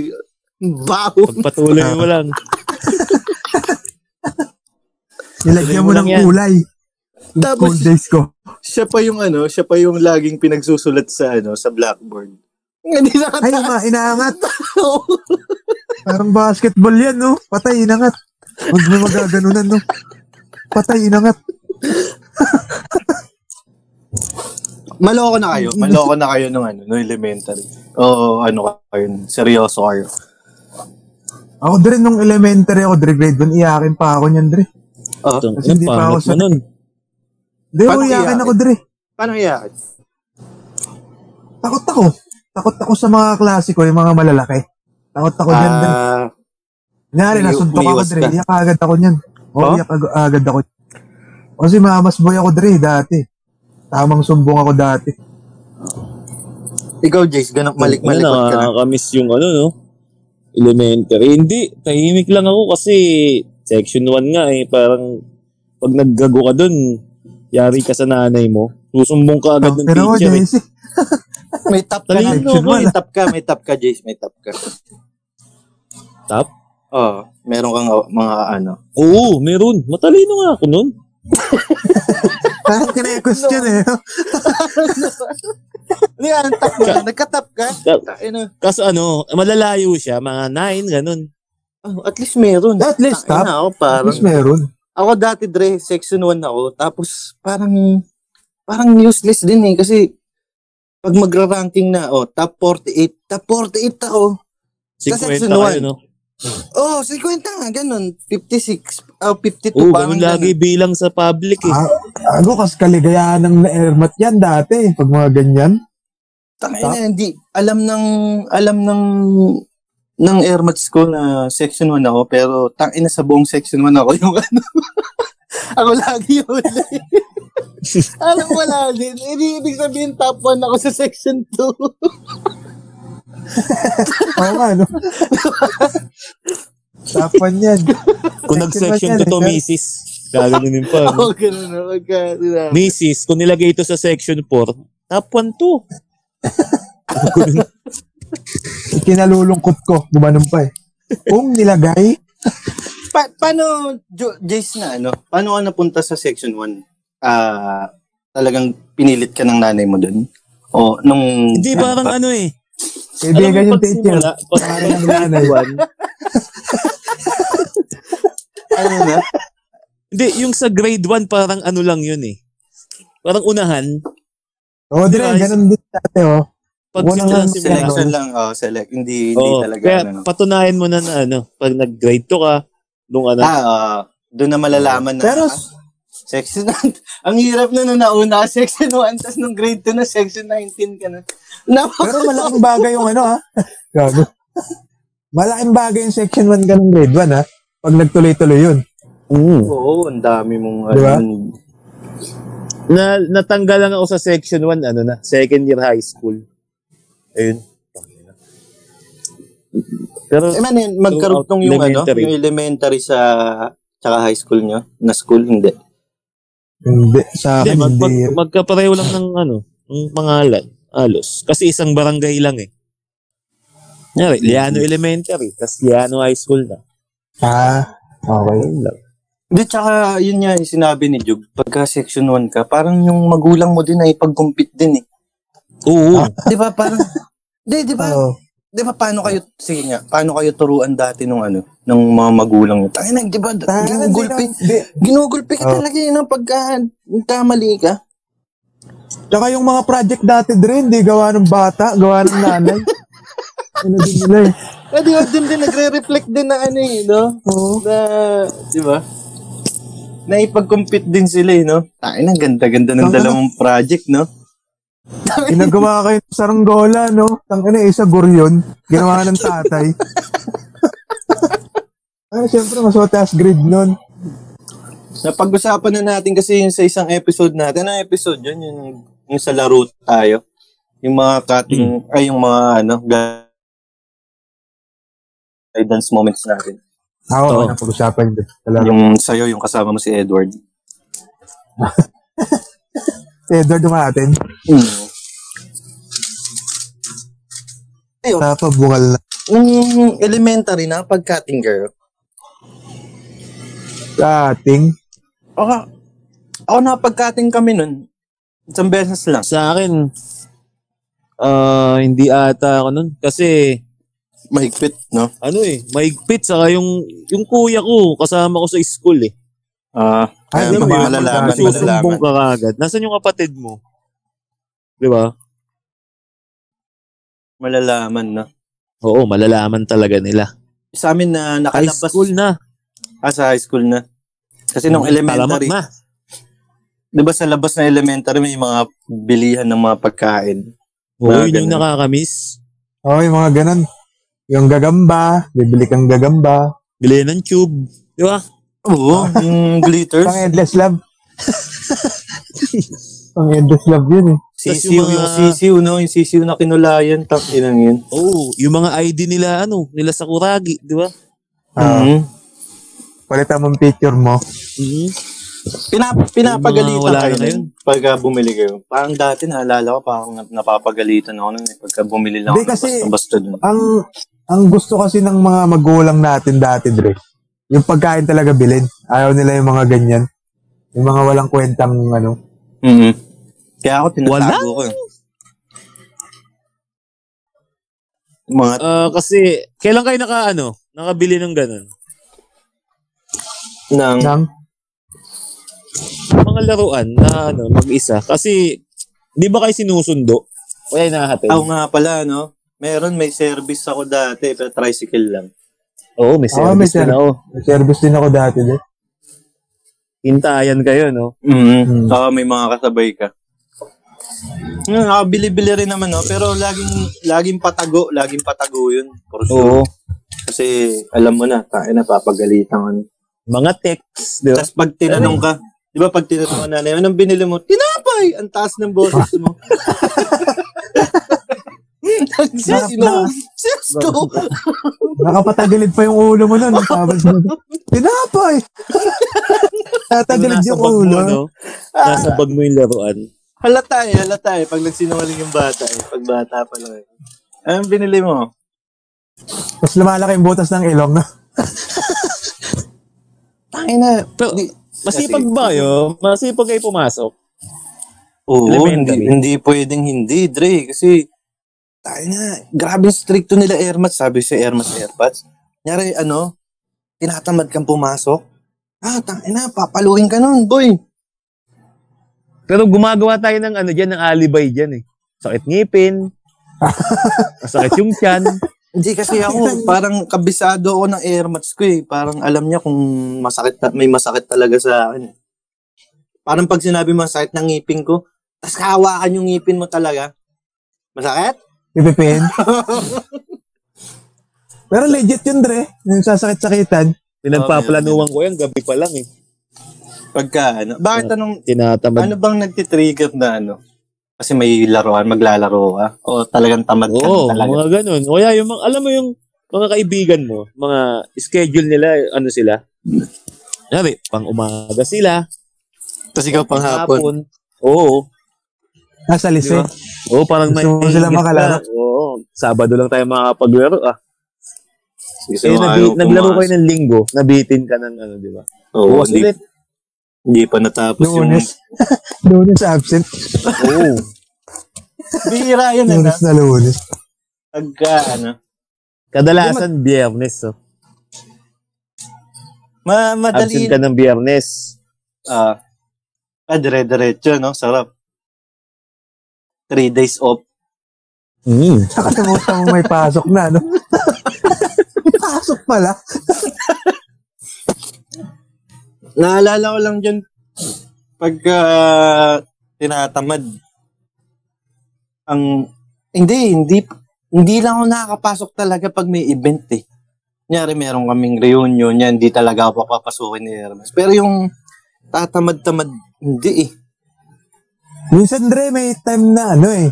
[SPEAKER 1] Baho.
[SPEAKER 5] Pagpatuloy mo lang.
[SPEAKER 2] Nilagyan mo
[SPEAKER 5] Tuloy mo lang
[SPEAKER 2] ng
[SPEAKER 5] yan.
[SPEAKER 2] kulay.
[SPEAKER 1] Tapos,
[SPEAKER 2] Cold days ko.
[SPEAKER 1] siya pa yung ano, siya pa yung laging pinagsusulat sa ano, sa blackboard. Hindi na
[SPEAKER 2] Ay, ma, inaangat.
[SPEAKER 1] katao.
[SPEAKER 2] Parang basketball yan, no? Patay, inangat. Huwag mo magaganunan, no? Patay, inangat.
[SPEAKER 1] Maloko na kayo. Maloko na kayo nung ano, nung elementary. Oo, ano kayo. Seryoso kayo.
[SPEAKER 2] Ako, Dre, nung elementary ako, Dre, grade 1, iyakin pa ako niyan, Dre.
[SPEAKER 1] Oo.
[SPEAKER 5] Itong,
[SPEAKER 2] Kasi
[SPEAKER 5] anong
[SPEAKER 2] hindi pa
[SPEAKER 5] pangit
[SPEAKER 2] ako
[SPEAKER 5] mo Ano nun?
[SPEAKER 2] Dre,
[SPEAKER 1] Paano
[SPEAKER 2] iyakin
[SPEAKER 1] iyakin?
[SPEAKER 2] ako, Dre.
[SPEAKER 1] Paano kaya?
[SPEAKER 2] Takot ako. Takot ako sa mga klase ko, yung mga malalaki. Takot ako niyan, Dre.
[SPEAKER 1] Ah,
[SPEAKER 2] Nari,
[SPEAKER 1] may-
[SPEAKER 2] nasuntok ako,
[SPEAKER 1] umiwas
[SPEAKER 2] Dre.
[SPEAKER 1] ka.
[SPEAKER 2] Iyak agad ako niyan. Oo,
[SPEAKER 1] Huh?
[SPEAKER 2] iyak ag- agad ako. Kasi mamas boy ako, Dre, dati. Tamang sumbong ako dati.
[SPEAKER 1] ikaw, Jace, ganun
[SPEAKER 5] Ano,
[SPEAKER 1] malik-malikot ka na.
[SPEAKER 5] Nakakamiss yung ano, no? Elementary. Hindi, tahimik lang ako kasi section 1 nga eh. Parang Pag naggago ka dun, yari ka sa nanay mo. Susumbong ka agad ng
[SPEAKER 2] Ah, Pero ako,
[SPEAKER 5] teacher. eh.
[SPEAKER 2] Jesse.
[SPEAKER 1] May tap ka na.
[SPEAKER 5] Talino
[SPEAKER 1] Ano,
[SPEAKER 5] mo,
[SPEAKER 1] may tap ka, may tap ka, Jace, may tap ka.
[SPEAKER 5] eh. Tap?
[SPEAKER 1] Oo, meron kang uh, mga ano.
[SPEAKER 5] Oo, meron. Matalino nga ako nun.
[SPEAKER 2] Parang kina-question eh.
[SPEAKER 5] <laughs>
[SPEAKER 1] Hindi, anong tap mo? Nagka-tap ka?
[SPEAKER 5] Tap.
[SPEAKER 1] Ano,
[SPEAKER 5] Kaso ano, malalayo siya, mga 9, ganun.
[SPEAKER 1] oh, at least meron.
[SPEAKER 2] At least
[SPEAKER 1] Tangina
[SPEAKER 2] tap.
[SPEAKER 1] Ako, parang,
[SPEAKER 2] Mas meron.
[SPEAKER 1] ako dati, Dre, section 1 ako. Tapos, parang, parang useless din eh. Kasi, pag magra-ranking na, oh, top 48, top 48 ako.
[SPEAKER 5] 50
[SPEAKER 1] sinuwan.
[SPEAKER 5] kayo, no?
[SPEAKER 1] Oh, 50 nga, ganun. 56, oh, 52,
[SPEAKER 5] Oo,
[SPEAKER 1] parang
[SPEAKER 5] ganun lagi bilang sa public eh.
[SPEAKER 2] Ah, ano, kas kaligayahan ng airmat yan dati. Pag mga ganyan.
[SPEAKER 1] Tangina, hindi. Alam ng, alam ng, ng airmats ko na section 1 ako, pero tangina sa buong section 1 ako yung ano. <laughs> ako lagi yung
[SPEAKER 5] <laughs>
[SPEAKER 1] huli. Alam wala din. Hindi ibig sabihin top 1 ako sa section
[SPEAKER 5] <laughs>
[SPEAKER 1] 2.
[SPEAKER 2] Oo nga, <laughs> no? Tapan yan.
[SPEAKER 5] Kung nag-section to to,
[SPEAKER 2] eh.
[SPEAKER 5] misis. Gaganunin
[SPEAKER 1] Oo,
[SPEAKER 5] pa.
[SPEAKER 1] <laughs>
[SPEAKER 5] no?
[SPEAKER 1] Oh, ganun. na, magka-
[SPEAKER 5] Misis, kung nilagay ito sa section 4, top 1 to.
[SPEAKER 2] Kinalulungkot ko. Gumanon pa eh. Kung nilagay,
[SPEAKER 1] Pa- paano, Jo- Jace na ano, paano ka napunta sa section 1? Ah, talagang pinilit ka ng nanay mo dun? O, nung...
[SPEAKER 5] Hindi,
[SPEAKER 1] ano
[SPEAKER 5] parang
[SPEAKER 1] ba?
[SPEAKER 5] ano eh. Alam
[SPEAKER 2] kaibigan
[SPEAKER 5] mo,
[SPEAKER 2] yung teacher.
[SPEAKER 5] pagsimula, pag-
[SPEAKER 2] Parang ang nanay.
[SPEAKER 1] Ano na?
[SPEAKER 5] Hindi, yung sa grade 1, parang ano lang yun eh. Parang unahan,
[SPEAKER 2] Oo, dire, ganun din dati, oh.
[SPEAKER 5] pag
[SPEAKER 2] Wala
[SPEAKER 5] simula
[SPEAKER 2] nga,
[SPEAKER 5] simula.
[SPEAKER 1] Selection lang, oh, select. Hindi, hindi
[SPEAKER 5] Oo,
[SPEAKER 1] talaga.
[SPEAKER 5] Oh, kaya
[SPEAKER 1] ano.
[SPEAKER 5] patunayan mo na na ano, pag nag-grade 2 ka, nung ano,
[SPEAKER 1] Ah, oo. doon na malalaman na.
[SPEAKER 2] Pero,
[SPEAKER 1] ah, section <laughs> 9. Ang hirap na nung nauna, <laughs> section 1, tapos nung grade 2 na section 19 ka na. Napak-
[SPEAKER 2] pero malaking bagay yung ano, ha? <laughs> Gago. Malaking bagay yung section 1 ka ng grade 1, ha? Pag nagtuloy-tuloy yun.
[SPEAKER 1] Oo, ang dami mong...
[SPEAKER 2] Di ba?
[SPEAKER 1] ano,
[SPEAKER 5] na, natanggal lang ako sa section 1, ano na, second year high school. Ayun. Pero,
[SPEAKER 1] Eh man, yan, magkarugtong yung ano,
[SPEAKER 5] elementary.
[SPEAKER 1] yung elementary sa tsaka high school nyo, na school, hindi.
[SPEAKER 2] Hindi, sa akin,
[SPEAKER 5] hindi, mag,
[SPEAKER 2] hindi.
[SPEAKER 5] mag- magkapareho lang ng ano, ng pangalan, alos. Kasi isang barangay lang eh. Nyari, Liano Elementary, tas Liano High School na.
[SPEAKER 2] Ah, okay.
[SPEAKER 5] Ayun lang.
[SPEAKER 1] Hindi, tsaka yun nga yung sinabi ni Jug, pagka section 1 ka, parang yung magulang mo din ay pag-compete din eh.
[SPEAKER 5] Oo.
[SPEAKER 1] Di ba, parang, di, di ba,
[SPEAKER 2] Oo.
[SPEAKER 1] di ba, paano kayo, sige nga, paano kayo turuan dati nung ano, ng mga magulang nyo? Tangin di ba, ginugulpi,
[SPEAKER 2] Hindi.
[SPEAKER 1] ginugulpi ka
[SPEAKER 2] Oh.
[SPEAKER 1] talaga yun, ang pagka, kamali ka.
[SPEAKER 2] Tsaka yung mga project dati din, hindi gawa ng bata, gawa ng nanay. ano din nila eh.
[SPEAKER 1] Pwede yun Ah, din din, nagre-reflect din na ano eh, no?
[SPEAKER 2] Oo.
[SPEAKER 1] na, di ba? Naipag-compete din sila eh, no? Tayo ang ganda-ganda ng
[SPEAKER 2] Tama na.
[SPEAKER 1] dalawang project, no?
[SPEAKER 2] Ginagawa kayo ng saranggola, no? Tang ina, isa guryon. Ginawa ng tatay. ah, siyempre, mas mataas grade nun.
[SPEAKER 1] Napag-usapan na natin kasi yun sa isang episode natin. Anong episode yun? Yung, yung sa laro tayo. Yung mga cutting, ay yung mga ano, gu- guidance moments natin.
[SPEAKER 2] Ah,
[SPEAKER 5] Oo.
[SPEAKER 2] Oo, oh. napag-usapan din. Talaga.
[SPEAKER 1] Yung sa'yo, yung kasama mo si Edward.
[SPEAKER 2] Si Edward dumatin.
[SPEAKER 1] Mm.
[SPEAKER 2] Napabungal na.
[SPEAKER 1] Nung elementary na, pag-cutting girl,
[SPEAKER 2] Dating.
[SPEAKER 1] ako, ako napag-cutting kami nun. Isang beses lang.
[SPEAKER 5] Sa akin, ah, hindi ata ako nun. Kasi,
[SPEAKER 1] Mahigpit, no?
[SPEAKER 5] ano eh, maigpit. Saka yung, yung kuya ko, kasama ko sa school eh.
[SPEAKER 1] Ah,
[SPEAKER 2] Ay,
[SPEAKER 1] ayun,
[SPEAKER 2] alam mo
[SPEAKER 1] malalaman,
[SPEAKER 2] yun, pagka-
[SPEAKER 1] Ah, malalaman.
[SPEAKER 5] Susumbong ka agad. Nasaan yung kapatid mo? Di ba?
[SPEAKER 1] Malalaman, no?
[SPEAKER 5] Oo, malalaman talaga nila.
[SPEAKER 1] Sa amin na
[SPEAKER 5] High
[SPEAKER 1] nakalabas
[SPEAKER 5] school na.
[SPEAKER 1] ah, sa high school na. Kasi nung
[SPEAKER 5] Talamak
[SPEAKER 1] elementary,
[SPEAKER 5] na.
[SPEAKER 1] 'di ba sa labas ng elementary may mga bilihan ng mga pagkain.
[SPEAKER 5] Oo,
[SPEAKER 1] Mga
[SPEAKER 5] yun yung
[SPEAKER 1] ganun.
[SPEAKER 5] nakakamiss.
[SPEAKER 2] Oo, yung mga ganun. Yung gagamba, bibili kang gagamba.
[SPEAKER 5] Bili ng tube. Di ba?
[SPEAKER 1] Oo, Ah, <laughs> yung
[SPEAKER 2] Pang
[SPEAKER 1] glitters.
[SPEAKER 2] endless love. Pang endless love yun eh.
[SPEAKER 1] Sisiw,
[SPEAKER 5] yung
[SPEAKER 1] yung,
[SPEAKER 5] mga-
[SPEAKER 1] sisiw, no? Yung sisiw na kinulayan, tap, inang yun.
[SPEAKER 5] Oo, yung mga ID nila, ano, nila sa Kuragi, di ba?
[SPEAKER 2] Ah,
[SPEAKER 1] Mhm.
[SPEAKER 2] Palitan mo ang picture mo.
[SPEAKER 5] Mhm.
[SPEAKER 1] Pinap pinapagalitan
[SPEAKER 5] Yung mga wala
[SPEAKER 1] kayo
[SPEAKER 5] na
[SPEAKER 1] nun pag ah, bumili kayo. Parang dati naalala ko, parang nap- napapagalitan ako nun eh, pagka bumili lang ako
[SPEAKER 2] Hindi, kasi-
[SPEAKER 1] basta-basta dun.
[SPEAKER 2] Ang ang gusto kasi ng mga magulang natin dati, Dre, yung pagkain talaga bilhin. Ayaw nila yung mga ganyan. Yung mga walang kwentang ano.
[SPEAKER 1] mm Kaya ako
[SPEAKER 5] Wala?
[SPEAKER 1] tinatago ko. eh. Mga
[SPEAKER 5] Ah, kasi, kailan kayo naka, ano, nakabili ng ganun?
[SPEAKER 1] nang
[SPEAKER 2] Nang,
[SPEAKER 5] Mga laruan na, ano, mag-isa. Kasi, di ba kayo sinusundo? Kaya hinahatid?
[SPEAKER 1] Ako nga pala, no? Meron, may service ako dati, pero tricycle lang.
[SPEAKER 5] Oo, may
[SPEAKER 2] Oo, ah, may
[SPEAKER 5] service na
[SPEAKER 2] service.
[SPEAKER 5] na, oh.
[SPEAKER 2] may service din ako dati, Dre.
[SPEAKER 5] Hintayan kayo, no?
[SPEAKER 1] Mm-hmm. may mga kasabay ka. Mm, ah, bili-bili rin naman, no? Pero laging, laging patago, laging patago yun. For sure.
[SPEAKER 5] Oo.
[SPEAKER 1] Kasi, alam mo na, tayo na, papagalitan ka.
[SPEAKER 5] Mga texts, di ba?
[SPEAKER 1] Tapos pag tinanong ka, di ba pag tinanong ka nanay, anong binili mo? Tinapay! Ang taas ng boses <laughs> mo. Sino? Sino?
[SPEAKER 2] Nakapatagilid pa yung ulo mo nun. Tapos,
[SPEAKER 5] <laughs>
[SPEAKER 2] Tinapay! Tatagilid
[SPEAKER 5] Ano, Nasa
[SPEAKER 2] yung
[SPEAKER 5] bag mo,
[SPEAKER 2] ulo.
[SPEAKER 5] no? Nasa bag mo yung laruan.
[SPEAKER 1] Halata eh, halata eh. Pag nagsinungaling yung bata eh. Pag bata pa lang eh. Anong binili mo?
[SPEAKER 2] Tapos lumalaki yung butas ng ilong. No?
[SPEAKER 1] Tangin na.
[SPEAKER 5] Pero, masipag ba yun? Masipag kayo pumasok.
[SPEAKER 1] Oo,
[SPEAKER 5] Elementary.
[SPEAKER 1] hindi, hindi pwedeng hindi, Dre. Kasi, tayo na, grabe stricto nila airmats. Sabi sa airmats, airpads. Nyari, ano, tinatamad kang pumasok. Ah, tangin na, papaluin ka nun, boy.
[SPEAKER 5] Pero gumagawa tayo ng ano dyan, ng alibay dyan eh. Sakit <laughs> ngipin, sakit yung tiyan.
[SPEAKER 1] Hindi kasi ako, parang kabisado ako ng airmats ko eh. Parang alam niya kung masakit, ta- may masakit talaga sa akin. eh. Parang pag sinabi masakit ng ngipin ko, tas hawakan yung ngipin mo talaga. Masakit?
[SPEAKER 5] <laughs>
[SPEAKER 2] Ipipin. Pero legit yun, Dre. Yung sasakit-sakitan.
[SPEAKER 5] Pinagpaplanuhan ko yan, gabi pa lang eh.
[SPEAKER 1] Pagka ano.
[SPEAKER 5] Hmm.
[SPEAKER 1] Bakit anong,
[SPEAKER 5] Tinatamad.
[SPEAKER 1] ano bang nagtitrigger na ano? Kasi may laruan, maglalaro ka? O talagang tamad ka
[SPEAKER 5] Oo,
[SPEAKER 1] na talaga?
[SPEAKER 5] mga ganun. O kaya yung mga, alam mo yung mga kaibigan mo, mga schedule nila, ano sila. Sabi, pang umaga sila,
[SPEAKER 1] Tapos ikaw pang hapon.
[SPEAKER 5] hapon. Oo.
[SPEAKER 2] Nasa lise.
[SPEAKER 5] Di Oo, parang may...
[SPEAKER 2] Gusto mo sila makalaro?
[SPEAKER 5] Oo. Sabado lang tayo makapaglaro ah.
[SPEAKER 1] Kasi
[SPEAKER 5] Eh,
[SPEAKER 1] ayaw
[SPEAKER 5] nabi- naglaro
[SPEAKER 1] pumasok.
[SPEAKER 5] kayo ng linggo, nabitin ka ng ano, di ba?
[SPEAKER 1] Oo,
[SPEAKER 5] Bukas
[SPEAKER 1] hindi,
[SPEAKER 5] ulit.
[SPEAKER 1] hindi pa natapos yung...
[SPEAKER 2] Lunes. Lunes absent.
[SPEAKER 5] Oo.
[SPEAKER 1] Bira yun, ano?
[SPEAKER 2] Lunes na lunes.
[SPEAKER 1] Pagka ano.
[SPEAKER 5] Kadalasan biyernes, oh.
[SPEAKER 1] Ma madali
[SPEAKER 5] Absent ka ng biyernes.
[SPEAKER 1] Ah, ah dire-diretso, no? Sarap. Three days off.
[SPEAKER 5] Mm.
[SPEAKER 2] Nakatamutan mo may pasok na, no? <laughs> may pasok pala.
[SPEAKER 1] Naalala ko lang dyan, pagka tinatamad, ang, hindi, hindi, hindi lang ako nakakapasok talaga pag may event eh. Kunyari, meron kaming reunion yan, hindi talaga ako papapasukin ni Hermes. Pero yung tatamad-tamad, hindi eh.
[SPEAKER 2] Minsan, Dre, may time na ano eh.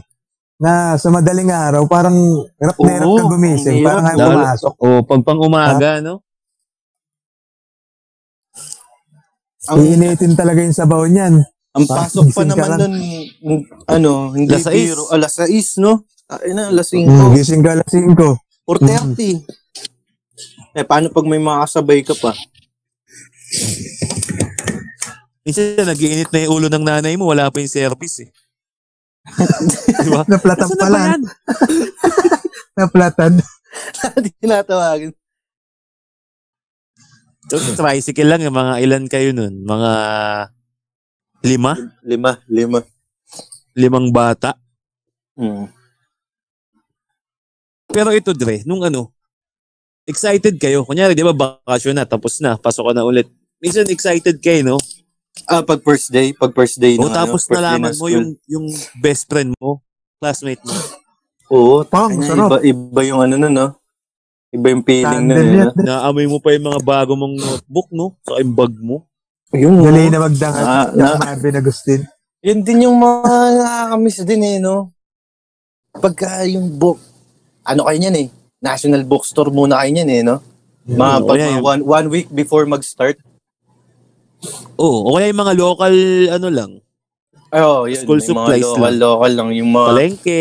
[SPEAKER 2] Na sa madaling araw, parang hirap na hirap
[SPEAKER 1] Oo,
[SPEAKER 2] kang gumising.
[SPEAKER 1] hirap.
[SPEAKER 2] Parang ayaw
[SPEAKER 5] Lalo-
[SPEAKER 2] pumasok.
[SPEAKER 5] Oo, pag pang umaga, no?
[SPEAKER 1] Ang,
[SPEAKER 2] Iinitin talaga yung sabaw niyan.
[SPEAKER 1] Ang
[SPEAKER 2] Ah,
[SPEAKER 1] pasok pa
[SPEAKER 2] gising
[SPEAKER 1] naman
[SPEAKER 2] ka lang.
[SPEAKER 1] nun, mm, ano, hindi
[SPEAKER 5] Alas 6.
[SPEAKER 1] biro. Alas 6, no? Ay na, alas 5.
[SPEAKER 2] Mm, gising ka alas 5.
[SPEAKER 1] Or 30. Eh, paano pag may mga kasabay ka pa? <laughs>
[SPEAKER 5] Minsan, nagiinit na yung ulo ng nanay mo, wala pa yung service, eh. <laughs> di ba?
[SPEAKER 2] Naplatan
[SPEAKER 5] Nasaan na
[SPEAKER 2] pala.
[SPEAKER 5] ba yan?
[SPEAKER 2] Naplatan. <laughs>
[SPEAKER 1] Tinatawagin.
[SPEAKER 5] So, tricycle lang, yung mga ilan kayo nun? Mga lima?
[SPEAKER 1] Lima, lima.
[SPEAKER 5] Limang bata?
[SPEAKER 1] Mm.
[SPEAKER 5] Pero ito, Dre, nung ano, excited kayo. Kunyari, di ba, bakasyon na, tapos na, pasok ka na ulit. Minsan excited kayo, no?
[SPEAKER 1] Ah, pag first day, pag first day ng
[SPEAKER 5] O
[SPEAKER 1] ano,
[SPEAKER 5] tapos
[SPEAKER 1] first day
[SPEAKER 5] nalaman
[SPEAKER 1] ng
[SPEAKER 5] mo
[SPEAKER 1] school.
[SPEAKER 5] yung yung best friend mo, classmate mo. <laughs>
[SPEAKER 1] Oo,
[SPEAKER 2] Pang,
[SPEAKER 1] tangina, iba,
[SPEAKER 2] sarap.
[SPEAKER 1] iba yung ano nun, no? Iba yung feeling nun,
[SPEAKER 2] Tandem
[SPEAKER 1] eh,
[SPEAKER 2] yan.
[SPEAKER 1] no?
[SPEAKER 5] Naamoy mo pa yung mga bago mong notebook, no? Sa yung bag mo.
[SPEAKER 1] Yung,
[SPEAKER 2] Dali na magdangat.
[SPEAKER 1] Ah,
[SPEAKER 2] yung
[SPEAKER 1] na-
[SPEAKER 2] Marvin Agustin.
[SPEAKER 1] Yun din yung mga nakakamiss din, eh, no? Pagka yung book, ano kayo niyan, eh? National Bookstore muna kayo niyan, eh, no? Mga
[SPEAKER 5] Oo,
[SPEAKER 1] pag
[SPEAKER 5] oh, yan,
[SPEAKER 1] mga
[SPEAKER 5] yun.
[SPEAKER 1] one, one week before mag-start.
[SPEAKER 5] Oo, o kaya yung mga local, ano lang,
[SPEAKER 1] Ay, oh, yun.
[SPEAKER 5] School
[SPEAKER 1] yung mga
[SPEAKER 5] supplies
[SPEAKER 1] local,
[SPEAKER 5] lang.
[SPEAKER 1] Local lang. Yung mga
[SPEAKER 5] Ah. palengke.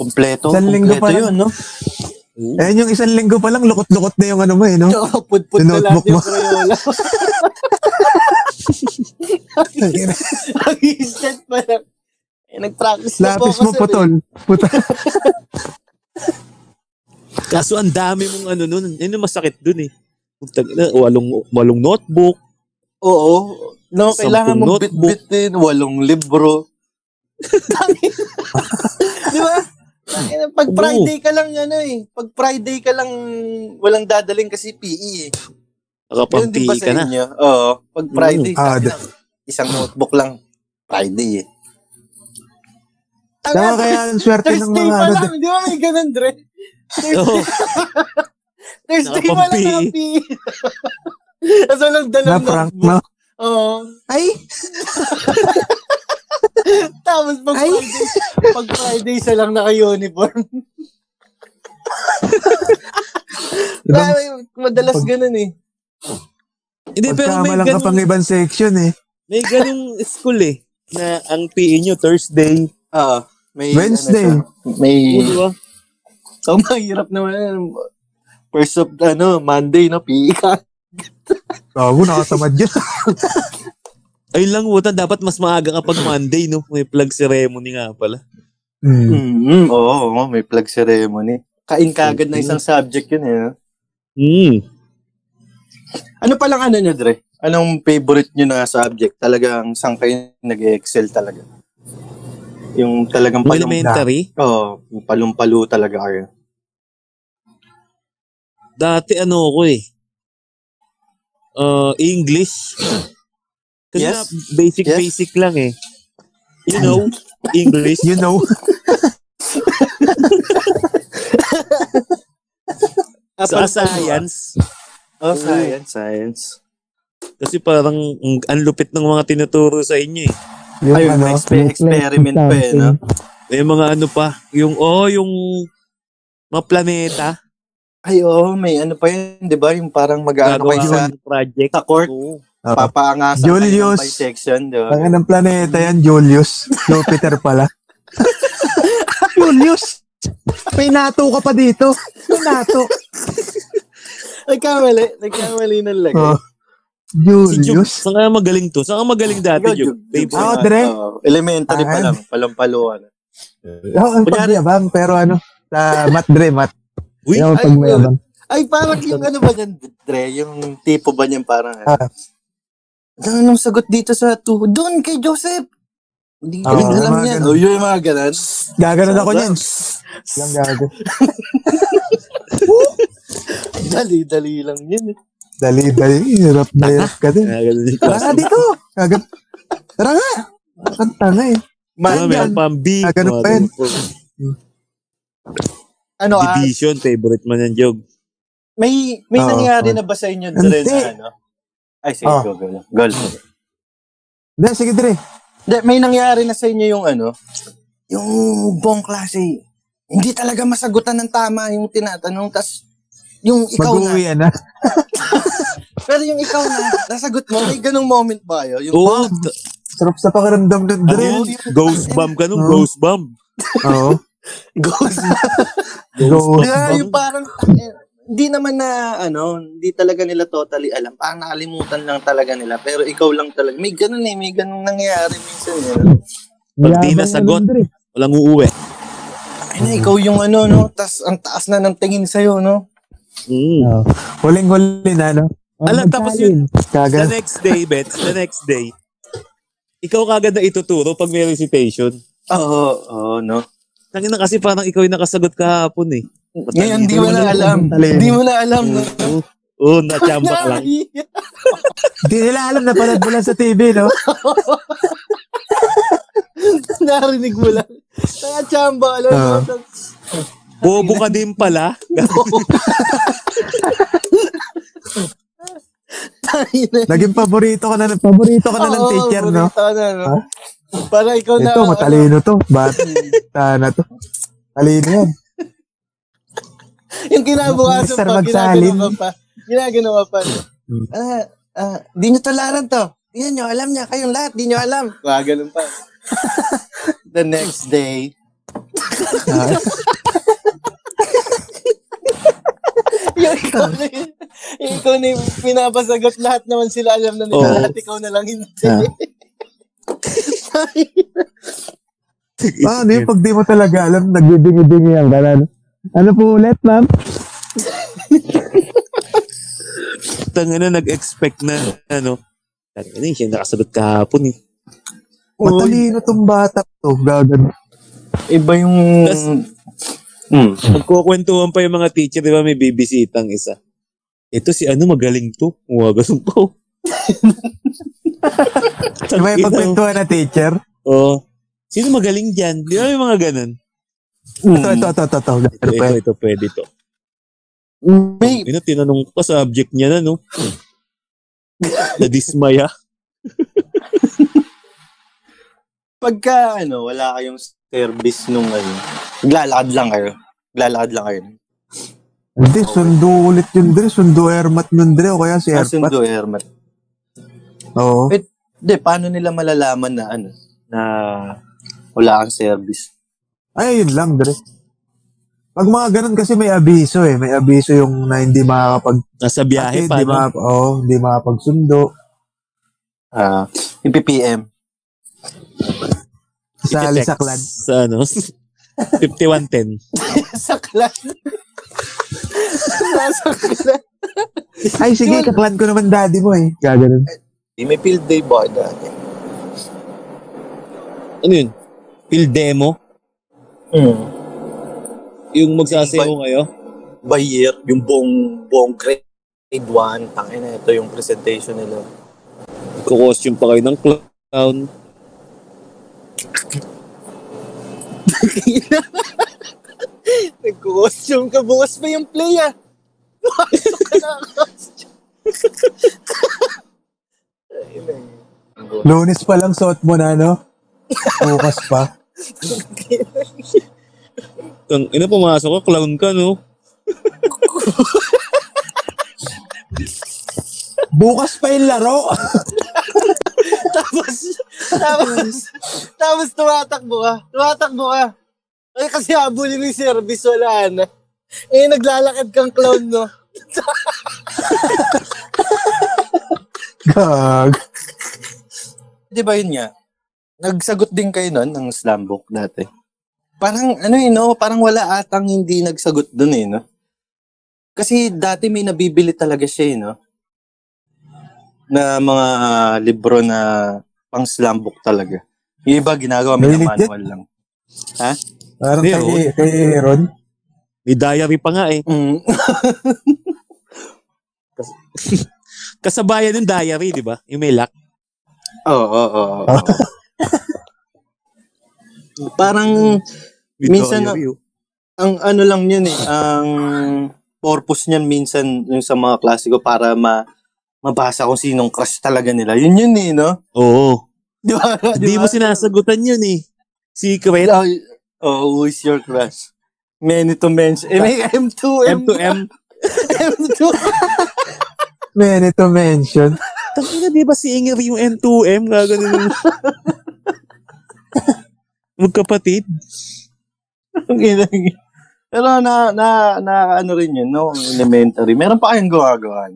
[SPEAKER 1] kumpleto.
[SPEAKER 2] Isang linggo
[SPEAKER 1] kumpleto
[SPEAKER 2] pa lang.
[SPEAKER 1] yun, <laughs> no?
[SPEAKER 2] Ayun yung isang linggo pa lang, lukot-lukot na yung ano mo
[SPEAKER 1] <laughs>
[SPEAKER 2] eh, no?
[SPEAKER 1] Oo, put-put
[SPEAKER 2] Yung
[SPEAKER 1] na lahat
[SPEAKER 2] notebook
[SPEAKER 1] yung
[SPEAKER 2] mo.
[SPEAKER 1] Crayola. <laughs> Ang instant pa lang. Eh, nag-practice na po ako
[SPEAKER 2] Lapis mo
[SPEAKER 1] sir, eh.
[SPEAKER 2] putol.
[SPEAKER 1] <laughs>
[SPEAKER 2] Putol.
[SPEAKER 5] Kaso ang dami mong ano nun. Yun yung masakit dun eh. Putang ina, Walong, walong notebook.
[SPEAKER 1] Oo. No, kailangan
[SPEAKER 5] Sampung
[SPEAKER 1] mong
[SPEAKER 5] notebook.
[SPEAKER 1] bit-bitin, walong libro. Tangin. <laughs> Di ba? Tangin, Pag
[SPEAKER 5] Oo.
[SPEAKER 1] Friday ka lang, ano eh. Pag Friday ka lang, walang dadaling kasi PE eh. Yun din ba sa
[SPEAKER 5] Nakapampi E ka na.
[SPEAKER 1] inyo? Oo. Pag Friday,
[SPEAKER 2] Ah,
[SPEAKER 1] sabi
[SPEAKER 2] d-
[SPEAKER 1] lang, isang notebook lang. Friday eh. Tanga,
[SPEAKER 2] Tama kaya ang swerte ng
[SPEAKER 1] <laughs> Thursday
[SPEAKER 2] mga
[SPEAKER 1] pa
[SPEAKER 2] ano.
[SPEAKER 1] lang. Di ba may ganun, Dre?
[SPEAKER 5] <laughs> Oo.
[SPEAKER 1] Thursday pa lang
[SPEAKER 5] Nakapang
[SPEAKER 1] happy. <laughs> Tapos walang
[SPEAKER 2] Na
[SPEAKER 1] dalang
[SPEAKER 2] prank
[SPEAKER 1] notebook.
[SPEAKER 2] na.
[SPEAKER 1] Oo.
[SPEAKER 3] Ay,
[SPEAKER 1] <laughs> Tapos pag
[SPEAKER 3] Ay.
[SPEAKER 1] Friday, pag Friday siya lang naka-uniform.
[SPEAKER 2] Ibang
[SPEAKER 1] Ay, madalas
[SPEAKER 2] pag-
[SPEAKER 1] ganun eh.
[SPEAKER 5] Hindi, pero
[SPEAKER 2] pagkama
[SPEAKER 5] may
[SPEAKER 2] lang ka pang
[SPEAKER 5] ganung,
[SPEAKER 2] ibang section eh.
[SPEAKER 5] may ganung school eh. Na ang PE nyo Thursday.
[SPEAKER 1] Oo. May,
[SPEAKER 2] Wednesday.
[SPEAKER 1] ano siya, <laughs> may,
[SPEAKER 5] Oo, di ba?
[SPEAKER 1] so mahirap Oh, naman. First of, ano, Monday, no, PE ka.
[SPEAKER 2] Tago, nakatamad
[SPEAKER 1] <laughs>
[SPEAKER 2] yun.
[SPEAKER 5] Ayun lang, Wutan. Dapat mas maaga kapag Monday, no? May plug ceremony nga pala.
[SPEAKER 2] Hmm.
[SPEAKER 1] mm Oo, oo, may flag ceremony. Kain kagad na isang subject yun eh. no?
[SPEAKER 5] Hmm.
[SPEAKER 1] Ano palang ano nyo, Dre? Anong favorite nyo na subject? Talagang saan kayo nag-excel talaga? Yung talagang
[SPEAKER 5] Nung
[SPEAKER 1] palum-
[SPEAKER 5] elementary,
[SPEAKER 1] Oo, yung palumpalo talaga kayo.
[SPEAKER 5] dati ano ako eh. Uh, English. Kasi
[SPEAKER 1] Yes.
[SPEAKER 5] na, basic
[SPEAKER 1] Yes.
[SPEAKER 5] basic lang eh. You
[SPEAKER 1] <laughs>
[SPEAKER 5] know, English.
[SPEAKER 2] You know,
[SPEAKER 5] sa
[SPEAKER 1] Palumpalo, ah.
[SPEAKER 5] science.
[SPEAKER 1] Oh, science. Science.
[SPEAKER 5] Kasi parang ang, ang lupit ng mga tinuturo sa inyo eh.
[SPEAKER 2] yung
[SPEAKER 1] Ayun,
[SPEAKER 2] ano,
[SPEAKER 1] may exper- experiment pa eh, no?
[SPEAKER 5] May mga ano pa, yung oh, yung mga planeta,
[SPEAKER 1] Ay, oo, may ano pa yun, di ba? Yung parang mag-ano
[SPEAKER 5] gagawa
[SPEAKER 1] kayo sa,
[SPEAKER 5] ng project.
[SPEAKER 1] Ano sa court,
[SPEAKER 5] Oo.
[SPEAKER 2] Ah,
[SPEAKER 1] papaangasan kayo
[SPEAKER 2] Julius.
[SPEAKER 1] ng bisection, di ba?
[SPEAKER 2] Ang Ah, ano- ng planeta yan, Julius. Jupiter pala. <laughs> Julius! Pinato ka pa dito. Pinato.
[SPEAKER 1] Nagkamali, nagkamali ng lagay.
[SPEAKER 2] <laughs> Oh,
[SPEAKER 5] Si Juke,
[SPEAKER 2] Julius.
[SPEAKER 5] saan ka magaling to? Saan ka magaling dati,
[SPEAKER 1] Ikaw,
[SPEAKER 5] Juke?
[SPEAKER 1] Juke.
[SPEAKER 5] Babe,
[SPEAKER 2] Ako,
[SPEAKER 1] Ah,
[SPEAKER 2] Dre.
[SPEAKER 1] oo. elementary pa
[SPEAKER 2] Ah.
[SPEAKER 1] lang, ano. palumpaluan.
[SPEAKER 2] Oo, ang pagyabang, pero ano, sa mat dre, mat.
[SPEAKER 5] Uy,
[SPEAKER 2] Yung
[SPEAKER 1] ay,
[SPEAKER 2] pagmayabang.
[SPEAKER 1] Ay, parang yung ano ba yan, Dre? Yung tipo ba niyan parang...
[SPEAKER 2] Ah.
[SPEAKER 1] Ano anong sagot dito sa two? Doon kay Joseph! Hindi ko
[SPEAKER 2] Oo,
[SPEAKER 1] rin alam
[SPEAKER 2] mga
[SPEAKER 1] yan. O,
[SPEAKER 2] ganun.
[SPEAKER 1] yun Ah, yung mga ganun. <laughs>
[SPEAKER 2] Gaganon ako niyan. Yung gago.
[SPEAKER 1] Dali-dali lang yun. eh.
[SPEAKER 2] Dali, dali. Hirap na hirap ka din.
[SPEAKER 5] Ah, ganun yung
[SPEAKER 2] Tara nga
[SPEAKER 5] classroom.
[SPEAKER 2] dito. Gagan. Tara nga. Ang tanga eh.
[SPEAKER 5] Mga
[SPEAKER 1] Man,
[SPEAKER 5] meron pang B.
[SPEAKER 2] Ah, ganun
[SPEAKER 5] mga
[SPEAKER 2] pa yun.
[SPEAKER 5] ganun po.
[SPEAKER 1] ano ah,
[SPEAKER 5] Division, favorite man yan, Jog.
[SPEAKER 1] may may
[SPEAKER 2] Oo,
[SPEAKER 1] nangyari
[SPEAKER 2] oo.
[SPEAKER 1] na ba sa inyo Dre na
[SPEAKER 2] Hindi.
[SPEAKER 1] ano? Ay, sige,
[SPEAKER 2] Ah.
[SPEAKER 1] go, go, go. Girl.
[SPEAKER 2] Hindi, sige dre.
[SPEAKER 1] Hindi, may nangyari na sa inyo yung ano? Yung buong klase. Hindi talaga masagutan ng tama yung tinatanong. tas yung ikaw na.
[SPEAKER 2] Mag-uwi yan ha.
[SPEAKER 1] Pero yung ikaw na, nasagot mo. May ganong moment ba yun? Yung,
[SPEAKER 5] Oo,
[SPEAKER 2] Sarap sa pakiramdam ng
[SPEAKER 5] Oh, ano
[SPEAKER 2] dre.
[SPEAKER 5] yun? Ghost bomb ka nun,
[SPEAKER 2] Oh.
[SPEAKER 5] ghost bomb.
[SPEAKER 2] Oo.
[SPEAKER 1] Ghost.
[SPEAKER 2] Go.
[SPEAKER 1] Di ba? Yung parang, eh, hindi naman na, ano, hindi talaga nila totally alam. Parang nakalimutan lang talaga nila. Pero ikaw lang talaga. May ganun eh, may ganun nangyayari minsan. Eh.
[SPEAKER 5] Pag di
[SPEAKER 2] Yabang
[SPEAKER 5] nasagot,
[SPEAKER 2] ano, Dre.
[SPEAKER 5] walang uuwi.
[SPEAKER 1] Ay na, ikaw yung ano, no? Tas, ang taas na ng tingin sa'yo, no?
[SPEAKER 5] Mm.
[SPEAKER 2] Oo. Huling-huli na, no?
[SPEAKER 5] Alam, tapos yun. The
[SPEAKER 2] Kagal.
[SPEAKER 5] next day, Bets, the next day, ikaw kagad na ituturo pag may recitation.
[SPEAKER 1] Oo, oo, no?
[SPEAKER 5] Tangin na kasi parang ikaw yung nakasagot kahapon eh.
[SPEAKER 1] Ngayon, di mo na alam.
[SPEAKER 2] Talino.
[SPEAKER 1] Di mo na alam,
[SPEAKER 5] <laughs>
[SPEAKER 1] no?
[SPEAKER 5] Oo, oh, na-chambak lang.
[SPEAKER 1] Nakakahiya.
[SPEAKER 2] Hindi nila alam na panood mo lang sa TV,
[SPEAKER 5] <laughs>
[SPEAKER 2] no?
[SPEAKER 1] <laughs> Narinig mo lang. Nakachamba, alam mo.
[SPEAKER 2] Oo.
[SPEAKER 5] Bobo ka din pala. <laughs>
[SPEAKER 1] Tayo na.
[SPEAKER 2] Naging paborito ka na, paborito ka na ng
[SPEAKER 1] Oo,
[SPEAKER 2] teacher, no?
[SPEAKER 1] burrito ka na, no?
[SPEAKER 2] Ha?
[SPEAKER 1] Para ikaw na.
[SPEAKER 2] Ito, matalino to. Bata na to. Talino yan.
[SPEAKER 5] <laughs>
[SPEAKER 1] Yung kinabukasan
[SPEAKER 2] Mr.
[SPEAKER 1] pa,
[SPEAKER 2] Magsalin.
[SPEAKER 1] ginaginawa pa. Ginaginawa pa.
[SPEAKER 2] Hmm.
[SPEAKER 1] Ah, ah, di nyo tularan to.
[SPEAKER 6] Yan nyo, alam niya. Kayong lahat, di nyo alam.
[SPEAKER 1] Mga Ah, ganun pa. <laughs> The next day, yung ikaw na yung, yung ikaw na yung pinapasagot lahat naman sila alam na nila
[SPEAKER 5] Oo.
[SPEAKER 1] lahat ikaw na lang hindi.
[SPEAKER 2] Ah. Paano Ah, ano yun? Pag di mo talaga alam, nagbibingi-bingi ang ganun. Ano po ulit, ma'am?
[SPEAKER 5] Tangina, nag-expect na, ano, tangina, yun, siya nakasagot kahapon eh.
[SPEAKER 2] Matalino tong bata to. Gagan.
[SPEAKER 7] Iba yung...
[SPEAKER 5] Tas-
[SPEAKER 7] Mm.
[SPEAKER 5] Magkukwentuhan pa yung mga teacher, di ba, may bibisitang isa. Ito si ano, magaling to. Mga ganun pa. oh.
[SPEAKER 2] Di ba yung pagkwentuhan na teacher?
[SPEAKER 5] Oo. Oh. Sino magaling dyan? Di ba may mga ganun? Mm.
[SPEAKER 2] Ito, ito, ito, ito. ito.
[SPEAKER 5] Ito,
[SPEAKER 1] Ano
[SPEAKER 2] Ganun pa
[SPEAKER 5] ito,
[SPEAKER 2] yun.
[SPEAKER 5] ito, pwede to.
[SPEAKER 1] May,
[SPEAKER 5] Yun, tinanong ko pa sa subject niya na, no? Nadismaya.
[SPEAKER 1] pagka ano, wala kayong service nung ano, naglalakad lang kayo. Naglalakad lang kayo.
[SPEAKER 2] Hindi, sundo ulit yun, Dre. Sundo Ermat nun, Dre. O kaya si
[SPEAKER 1] As in
[SPEAKER 2] Ermat.
[SPEAKER 1] do Hermat.
[SPEAKER 2] Oo.
[SPEAKER 1] Oh. Hindi, paano nila malalaman na ano, na wala kang service?
[SPEAKER 2] Ay, yun lang, Dre. Pag mga ganun kasi may abiso eh. May abiso yung na hindi makakapag...
[SPEAKER 5] Nasa biyahe
[SPEAKER 2] Hindi
[SPEAKER 5] pa, no?
[SPEAKER 2] makap- Oo, hindi makakapagsundo.
[SPEAKER 1] Ah, yung PPM.
[SPEAKER 2] Sali sa
[SPEAKER 5] Iti-text
[SPEAKER 2] clan.
[SPEAKER 5] Sa ano? <laughs> 5110.
[SPEAKER 1] <laughs> sa clan. Nasa clan.
[SPEAKER 2] Ay, sige, kaklan ko naman daddy mo eh. Gaganon.
[SPEAKER 1] Di, May field day ba? na?
[SPEAKER 5] Ano yun? Field demo?
[SPEAKER 1] Mm.
[SPEAKER 5] Yung magsasayaw kayo?
[SPEAKER 1] By year, yung buong, buong grade 1, tangin na ito yung presentation nila.
[SPEAKER 5] Kukostume pa kayo ng clown.
[SPEAKER 1] Nag-costume ka, bukas pa yung play ah. Pasok ka na costume. Ayun na yun.
[SPEAKER 2] Lunes pa lang suot mo na, no? Bukas pa.
[SPEAKER 5] Tang, ina, pumasok ka, clown ka, no?
[SPEAKER 2] Bukas pa yung laro! <laughs>
[SPEAKER 1] tapos, tapos, <laughs> tapos tumatakbo ka. Tumatakbo ka. Ay, kasi habulin mo yung service, wala na. Eh, naglalakad kang clown, no?
[SPEAKER 2] Gag.
[SPEAKER 1] Di ba yun nga? Nagsagot din kayo nun ng slam book dati. Parang, ano eh, no? Parang wala atang hindi nagsagot dun eh, no? Kasi dati may nabibili talaga siya eh, no? Na mga ah, libro na pang slam book talaga. Yung iba ginagawa may
[SPEAKER 2] May
[SPEAKER 1] na
[SPEAKER 2] legit?
[SPEAKER 1] manual lang.
[SPEAKER 2] Parang
[SPEAKER 5] Hindi,
[SPEAKER 2] kay, kay Aaron.
[SPEAKER 5] May diary pa nga, eh.
[SPEAKER 1] Mm.
[SPEAKER 5] Kasabayan ng diary, di ba? Yung may lock.
[SPEAKER 1] Oo, oo, oo, oo. Parang
[SPEAKER 5] May
[SPEAKER 1] Minsan
[SPEAKER 5] diary, oh.
[SPEAKER 1] ang ano lang yun eh, ang purpose niyan minsan yung sa mga klasiko para ma mabasa kung sinong crush talaga nila. Yun yun eh, no? <laughs>
[SPEAKER 5] Oo.
[SPEAKER 1] Ah, Di ba?
[SPEAKER 5] Hindi mo sinasagutan yun, eh. Secret.
[SPEAKER 1] Oh, oh, who is your crush? Many to mention. Eh, may M2, M2,
[SPEAKER 5] M2M.
[SPEAKER 1] M2.
[SPEAKER 2] Man, ito mention.
[SPEAKER 5] Tangina, di ba si Inger yung M2M? Gaganon yung... <laughs> Magkapatid.
[SPEAKER 1] Ang ina. Pero na, na, na, ano rin yun, no? Elementary. Meron pa kayong gawagawa.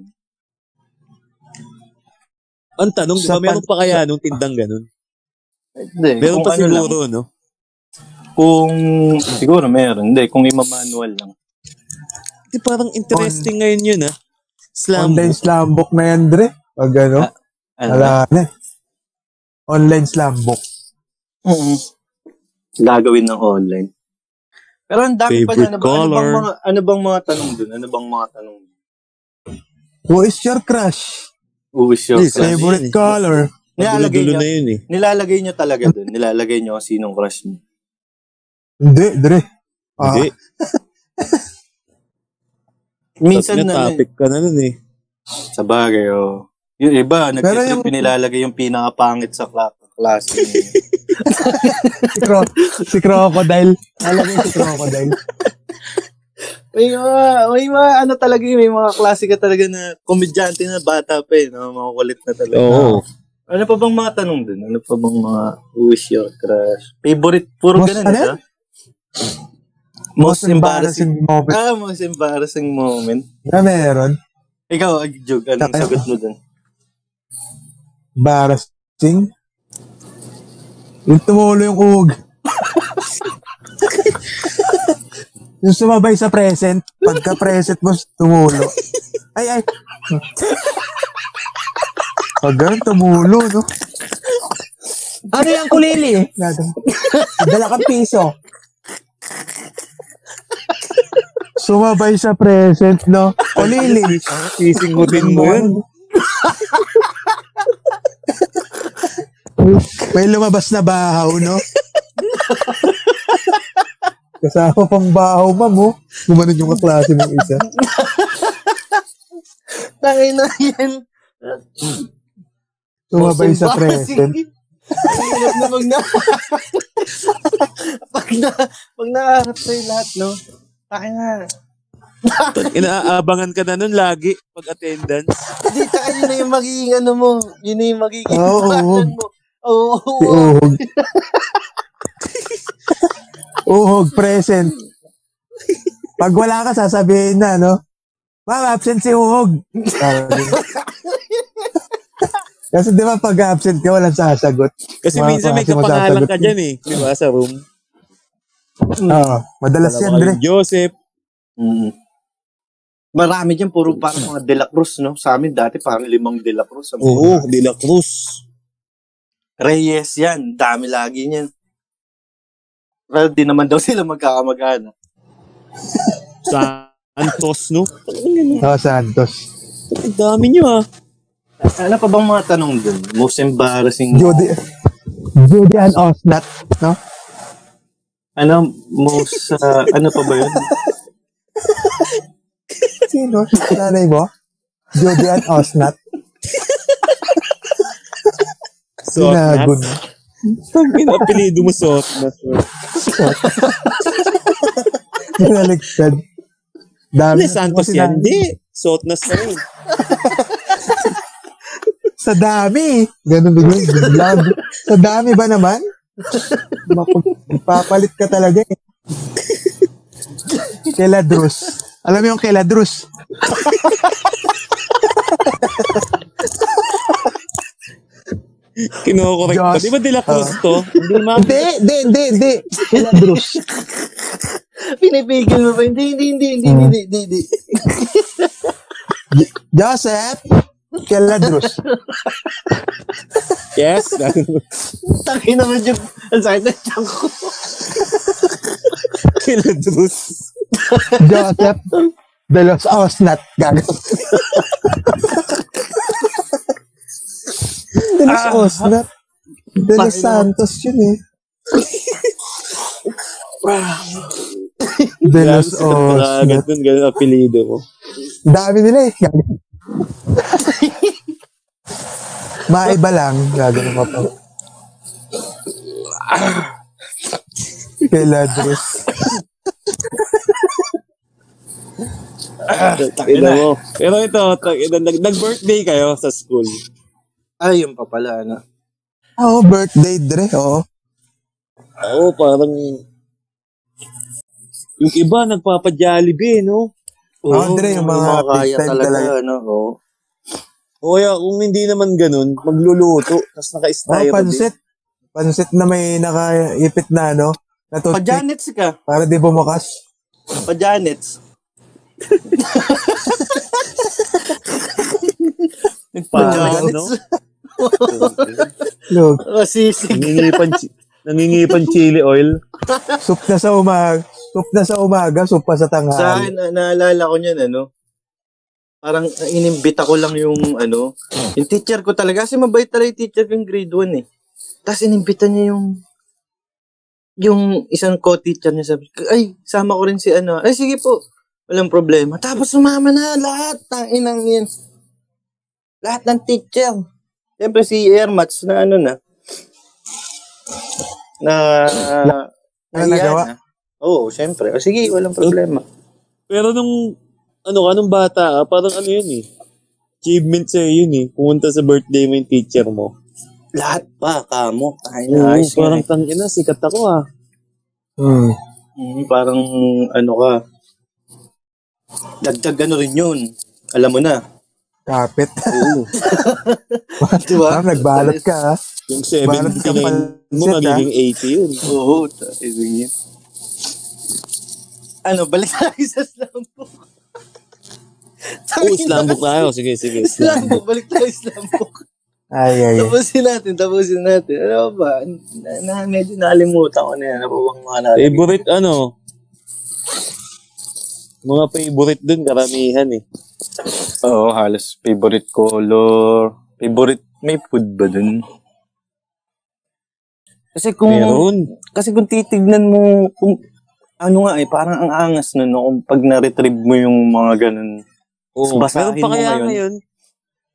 [SPEAKER 5] Ang tanong, di
[SPEAKER 2] Sa
[SPEAKER 5] ba, meron pa kaya nung tindang ganun?
[SPEAKER 1] Hindi.
[SPEAKER 5] Meron
[SPEAKER 1] kung
[SPEAKER 5] pa
[SPEAKER 1] ano lang.
[SPEAKER 5] siguro, no?
[SPEAKER 1] Kung, siguro meron. Hindi, kung ima-manual lang.
[SPEAKER 5] Di parang interesting ngayon yun, ha? Slam.
[SPEAKER 2] Online slambok na yan, Dre. Pag ano,
[SPEAKER 1] Ano?
[SPEAKER 2] wala na. eh. Online slambok.
[SPEAKER 1] mm Gagawin ng online. Pero ang dami pa niya. Ano, ba- ano,
[SPEAKER 5] Favorite color.
[SPEAKER 1] bang mga, ano bang mga tanong dun? Ano bang mga tanong dun?
[SPEAKER 2] Who is your crush?
[SPEAKER 1] Who is your
[SPEAKER 5] Yes,
[SPEAKER 1] crush?
[SPEAKER 5] eh.
[SPEAKER 2] Favorite
[SPEAKER 5] Crush.
[SPEAKER 2] color?
[SPEAKER 1] Nilalagay
[SPEAKER 5] Dulo-dulo
[SPEAKER 1] niyo,
[SPEAKER 5] na yun, eh.
[SPEAKER 1] nilalagay niyo talaga dun. Nilalagay niyo kung sinong crush niyo.
[SPEAKER 2] Hindi, Dre. Ah,
[SPEAKER 5] <laughs> Hindi.
[SPEAKER 1] <laughs> Minsan na,
[SPEAKER 5] topic ka na nun, eh.
[SPEAKER 1] sa bagay, oh. Yung iba,
[SPEAKER 2] Pero
[SPEAKER 1] nag-trip
[SPEAKER 2] yung-
[SPEAKER 1] pinilalagay yung pinakapangit sa kla- klase niya.
[SPEAKER 2] si, Cro- si Crocodile. Alam mo si Crocodile.
[SPEAKER 1] may mga, may mga ano talaga yun, may mga klase ka talaga na komedyante na bata pa eh, no? mga kulit na talaga.
[SPEAKER 5] Oo.
[SPEAKER 1] Ano pa bang mga tanong dun? Ano pa bang mga who is your crush? Favorite? Puro
[SPEAKER 2] Most-
[SPEAKER 1] ganun,
[SPEAKER 2] ano?
[SPEAKER 1] ano? Most embarrassing.
[SPEAKER 2] moment
[SPEAKER 1] Ah, most embarrassing moment.
[SPEAKER 2] na Ah, meron.
[SPEAKER 1] Ikaw, Jug, anong
[SPEAKER 2] Tayo.
[SPEAKER 1] sagot mo dun?
[SPEAKER 2] Embarrassing. Yung tumulo yung ug. yung sumabay sa present, pagka present mo, tumulo. Ay, ay. Pag ganun, tumulo, no?
[SPEAKER 8] Ano yung kulili?
[SPEAKER 2] Nada. Dala kang piso. Sumabay sa present, no? Kulili.
[SPEAKER 5] Sisingutin mo yun.
[SPEAKER 2] May lumabas na bahaw, no? <laughs> Kasama pang bahaw, ma'am, oh. Gumanon yung kaklase ng isa.
[SPEAKER 1] Tangin na yan.
[SPEAKER 2] Sumabay sa present.
[SPEAKER 1] Ang hirap na pag na... <laughs> pag na... Pag nakaharap sa'yo lahat, no? Tangin na.
[SPEAKER 5] Pag inaabangan ka na nun lagi pag attendance.
[SPEAKER 1] Hindi, tsaka yun na yung magiging ano mo. Yun na yung magiging
[SPEAKER 2] Oo,
[SPEAKER 1] oh,
[SPEAKER 2] oo.
[SPEAKER 1] mo. Oo, oo,
[SPEAKER 2] Si
[SPEAKER 1] oo.
[SPEAKER 2] Uhog. Uhog, present. Pag wala ka, sasabihin na, no? Ma'am, absent si Uhog. Sabi. Kasi di ba pag absent ka, walang sasagot.
[SPEAKER 5] Kasi
[SPEAKER 2] Wala pa
[SPEAKER 5] minsan may
[SPEAKER 2] kasi
[SPEAKER 5] kapangalan
[SPEAKER 2] masasagot
[SPEAKER 5] ka
[SPEAKER 2] yun.
[SPEAKER 5] dyan eh. Di ba sa room?
[SPEAKER 2] Oo, madalas yan,
[SPEAKER 5] Dalawa
[SPEAKER 2] Dre.
[SPEAKER 5] kayong Joseph.
[SPEAKER 2] Mm-hmm.
[SPEAKER 1] Mm. Marami dyan, puro parang mga De La Cruz, no? Sa amin dati, parang limang De La Cruz. Ang-
[SPEAKER 5] De La Cruz.
[SPEAKER 1] Reyes yan. Dami lagi niyan. Well, di naman daw sila magkakamag-anak.
[SPEAKER 5] Santos, no?
[SPEAKER 2] Oo, Santos.
[SPEAKER 5] Ang dami nyo ah.
[SPEAKER 1] Ano pa bang mga tanong dun? Most embarrassing...
[SPEAKER 2] Judy, Judy and Osnat, no?
[SPEAKER 1] Ano? Most... <laughs> ah, ano pa ba yun?
[SPEAKER 2] Sino? Nanay mo? Judy and
[SPEAKER 1] <laughs>
[SPEAKER 2] Osnat.
[SPEAKER 5] So,
[SPEAKER 2] Sinagun.
[SPEAKER 5] Pinapilido mo sot.
[SPEAKER 2] Binaligtad.
[SPEAKER 1] Ano
[SPEAKER 2] Dami.
[SPEAKER 5] Hindi, Santos
[SPEAKER 2] Kasi na-
[SPEAKER 5] yan. Hindi. Sot na sa rin.
[SPEAKER 2] Sa dami. Ganun bigyan. Vlog. Sa dami ba naman? Maku- Papalit ka talaga eh. Kela Drus. Alam mo yung Kela Drus?
[SPEAKER 5] Kinokorek pa.
[SPEAKER 2] Diyos.
[SPEAKER 5] Di ba De La Cruz
[SPEAKER 1] <laughs>
[SPEAKER 5] to? Hindi, ma'am.
[SPEAKER 2] Hindi, hindi, hindi, hindi. Kela Drus.
[SPEAKER 1] Pinipigil mo ba? Hindi, hindi, hindi,
[SPEAKER 2] Hmm.
[SPEAKER 1] hindi, hindi, hindi, hindi.
[SPEAKER 2] Joseph. Kela Drus.
[SPEAKER 1] <laughs>
[SPEAKER 5] Yes.
[SPEAKER 1] Tangin naman yung... Ang sakit na tiyang ko.
[SPEAKER 5] <laughs> Kila Cruz.
[SPEAKER 2] Joseph. De Los Osnat. Gago. <laughs> De Los Osnat. De Los Santos yun eh. De Los Osnat.
[SPEAKER 5] Agad dun, ganun apelido mo.
[SPEAKER 2] Dami nila eh. Gago. Maiba lang. Gago na pa. Kay Ladros.
[SPEAKER 1] Ah,
[SPEAKER 5] Takina mo. Pero ito, takina, nag- nag-birthday kayo sa school.
[SPEAKER 1] Ay, yun pa pala, ano.
[SPEAKER 2] Oo, Ah, oh, birthday, Dre. oh. Oo.
[SPEAKER 5] Oo, parang... Yung iba, nagpapa-Jollibee, no?
[SPEAKER 2] Oo, Dre, Ah, yung mga big
[SPEAKER 1] kaya
[SPEAKER 2] time
[SPEAKER 1] talaga,
[SPEAKER 2] talaga.
[SPEAKER 1] ano, oo.
[SPEAKER 5] O kaya, kung hindi naman ganun, magluluto,
[SPEAKER 2] Oh,
[SPEAKER 5] tapos naka-style.
[SPEAKER 2] pansit. Pansit na may nakaipit na, ano? Na toothpick
[SPEAKER 1] Pa-Janets ka.
[SPEAKER 2] para di bumukas.
[SPEAKER 1] Pa-Janets.
[SPEAKER 5] Parang,
[SPEAKER 1] Pa-Janets.
[SPEAKER 5] no?
[SPEAKER 2] Look,
[SPEAKER 1] Oh, Masisig.
[SPEAKER 5] Nangingipan, chi- nangingipan chili oil.
[SPEAKER 2] soup na sa umaga, soup na sa umaga, soup pa sa
[SPEAKER 1] Sa
[SPEAKER 2] tanghali.
[SPEAKER 1] akin, na- naalala ko niyan, ano, parang uh, inimbita ko lang yung, ano, yung teacher ko talaga. Kasi mabait talaga yung teacher ko yung grade 1 eh. Tapos inimbita niya yung, yung isang co-teacher niya sabi, ay, sama ko rin si ano. Ay, sige po. Walang problema. Tapos sumama na lahat ng inang yan. Lahat ng teacher. Siyempre si Ermats na ano na. Na,
[SPEAKER 2] Na nagawa?
[SPEAKER 1] iyan, ah. Oo, siyempre. O sige, walang problema.
[SPEAKER 5] Pero nung, ano ka, nung bata, ah, parang ano yun eh. achievement sa'yo yun eh. Pumunta sa birthday mo yung teacher mo.
[SPEAKER 1] Lahat pa, kamo. Ay,
[SPEAKER 5] Oo,
[SPEAKER 1] ayos nga eh.
[SPEAKER 5] parang tangina, sikat ako ah.
[SPEAKER 2] Hmm.
[SPEAKER 1] Mm, parang ano ka. Dagdag ano rin yun. Alam mo na. <laughs>
[SPEAKER 2] Kapit.
[SPEAKER 1] Di ba?
[SPEAKER 2] Parang nagbalot ka, ah. ha?
[SPEAKER 5] Yung
[SPEAKER 2] Parang
[SPEAKER 5] 79
[SPEAKER 2] kapal
[SPEAKER 5] mo,
[SPEAKER 2] set, ah.
[SPEAKER 5] magiging 80 yun.
[SPEAKER 1] Oo, isingin. Ano, balik tayo sa <laughs> Slambok.
[SPEAKER 5] Oo,
[SPEAKER 1] <laughs>
[SPEAKER 5] slambok
[SPEAKER 1] ah.
[SPEAKER 5] na tayo. Sige, sige. Slambok.
[SPEAKER 1] Slambok, balik tayo sa Slambok.
[SPEAKER 2] Ay, ay,
[SPEAKER 1] <laughs>
[SPEAKER 2] ay.
[SPEAKER 1] Tapusin natin, tapusin natin. Ano ba? Na, na, medyo nalimutan ko na yan. Napawang mga natin.
[SPEAKER 5] Favorite ano? Mga favorite dun, karamihan eh.
[SPEAKER 1] Oo, halos favorite color. Favorite, may food ba dun? Kasi kung,
[SPEAKER 5] Meron.
[SPEAKER 1] kasi kung titignan mo, kung, ano nga eh, parang ang angas nun, no, kung pag na-retrieve mo yung mga ganun.
[SPEAKER 5] Oo.
[SPEAKER 1] Basahin
[SPEAKER 5] Meron pa
[SPEAKER 1] mo
[SPEAKER 5] kaya
[SPEAKER 1] ngayon.
[SPEAKER 5] ngayon?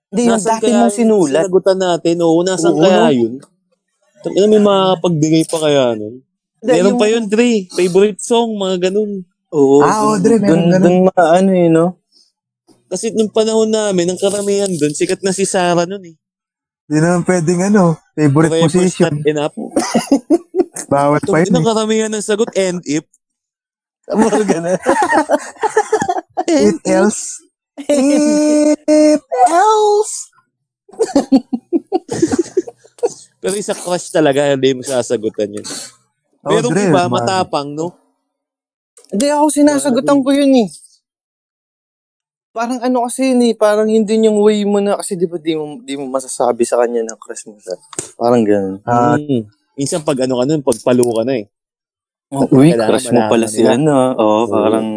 [SPEAKER 1] Hindi, yung
[SPEAKER 5] Nasaan
[SPEAKER 1] dati
[SPEAKER 5] kaya
[SPEAKER 1] mong sinulat.
[SPEAKER 5] Sinagutan natin. Oo, nasan
[SPEAKER 1] Oo,
[SPEAKER 5] kaya
[SPEAKER 1] no?
[SPEAKER 5] yun? Tangina, may makapagbigay pa kaya nun?
[SPEAKER 1] Hindi,
[SPEAKER 5] Meron
[SPEAKER 1] yung-
[SPEAKER 5] pa yun, Dre. Favorite song, mga ganun.
[SPEAKER 1] Oo.
[SPEAKER 2] Ah,
[SPEAKER 1] dun-
[SPEAKER 2] Audrey, meron
[SPEAKER 1] dun-
[SPEAKER 2] ganun.
[SPEAKER 1] Dun maano eh, no?
[SPEAKER 5] Kasi nung panahon namin, ang karamihan dun, sikat na si Sarah nun eh.
[SPEAKER 2] Hindi naman pwedeng ano, favorite
[SPEAKER 5] Rappers
[SPEAKER 2] position.
[SPEAKER 5] not enough.
[SPEAKER 2] Bawat pa
[SPEAKER 5] Tangina,
[SPEAKER 2] yun. eh.
[SPEAKER 5] ang
[SPEAKER 1] <laughs>
[SPEAKER 5] karamihan ng sagot, and if.
[SPEAKER 1] Parang ganun.
[SPEAKER 2] eh. It else. It
[SPEAKER 1] <laughs>
[SPEAKER 2] else.
[SPEAKER 5] Pero isa crush talaga, hindi mo sasagutan yun. Merong
[SPEAKER 2] Audrey, Oh,
[SPEAKER 5] iba,
[SPEAKER 2] man.
[SPEAKER 5] matapang, no?
[SPEAKER 1] Hindi ako sinasagutan ko yun eh. Parang ano kasi yun eh, parang yun din yung way mo na kasi di ba di mo, di mo masasabi sa kanya na crush mo siya. Parang ganun.
[SPEAKER 2] Ah,
[SPEAKER 5] Mm. Minsan pag ano ka nun, pag palo ka na eh.
[SPEAKER 1] uy,
[SPEAKER 5] kailangan
[SPEAKER 1] crush mo pala
[SPEAKER 5] malaman
[SPEAKER 1] si
[SPEAKER 5] nila.
[SPEAKER 1] ano. Oo,
[SPEAKER 5] Oo.
[SPEAKER 1] parang...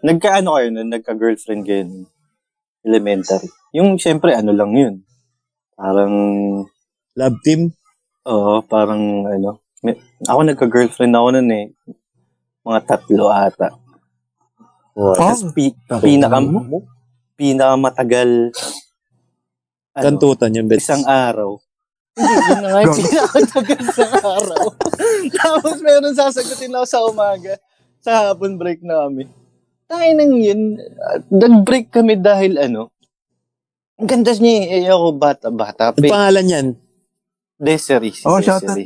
[SPEAKER 1] Nagkaano kayo nun? Nagka-girlfriend kayo nun? Elementary. Yung siyempre ano lang yun. Parang...
[SPEAKER 5] Love team.
[SPEAKER 1] Oo, parang ano. May- Ako nagka-girlfriend ako nun eh. Mga tatlo ata.
[SPEAKER 2] Oh,
[SPEAKER 1] Tapos pi- pinaka, pinakamatagal ano,
[SPEAKER 5] Kantutan yung bets.
[SPEAKER 1] isang araw. Hindi, yun na nga yung
[SPEAKER 2] Gag-
[SPEAKER 1] pinakamatagal isang
[SPEAKER 2] <laughs>
[SPEAKER 1] araw. Tapos meron sasagutin ako sa umaga. Sa hapon break namin. Tayo nang yun. ah, Nag-break kami dahil ano. Ang ganda niya eh. Eh, ako bata, bata.
[SPEAKER 5] Ang
[SPEAKER 1] pa eh.
[SPEAKER 5] pangalan yan.
[SPEAKER 1] Desiree. si
[SPEAKER 2] oh shout out.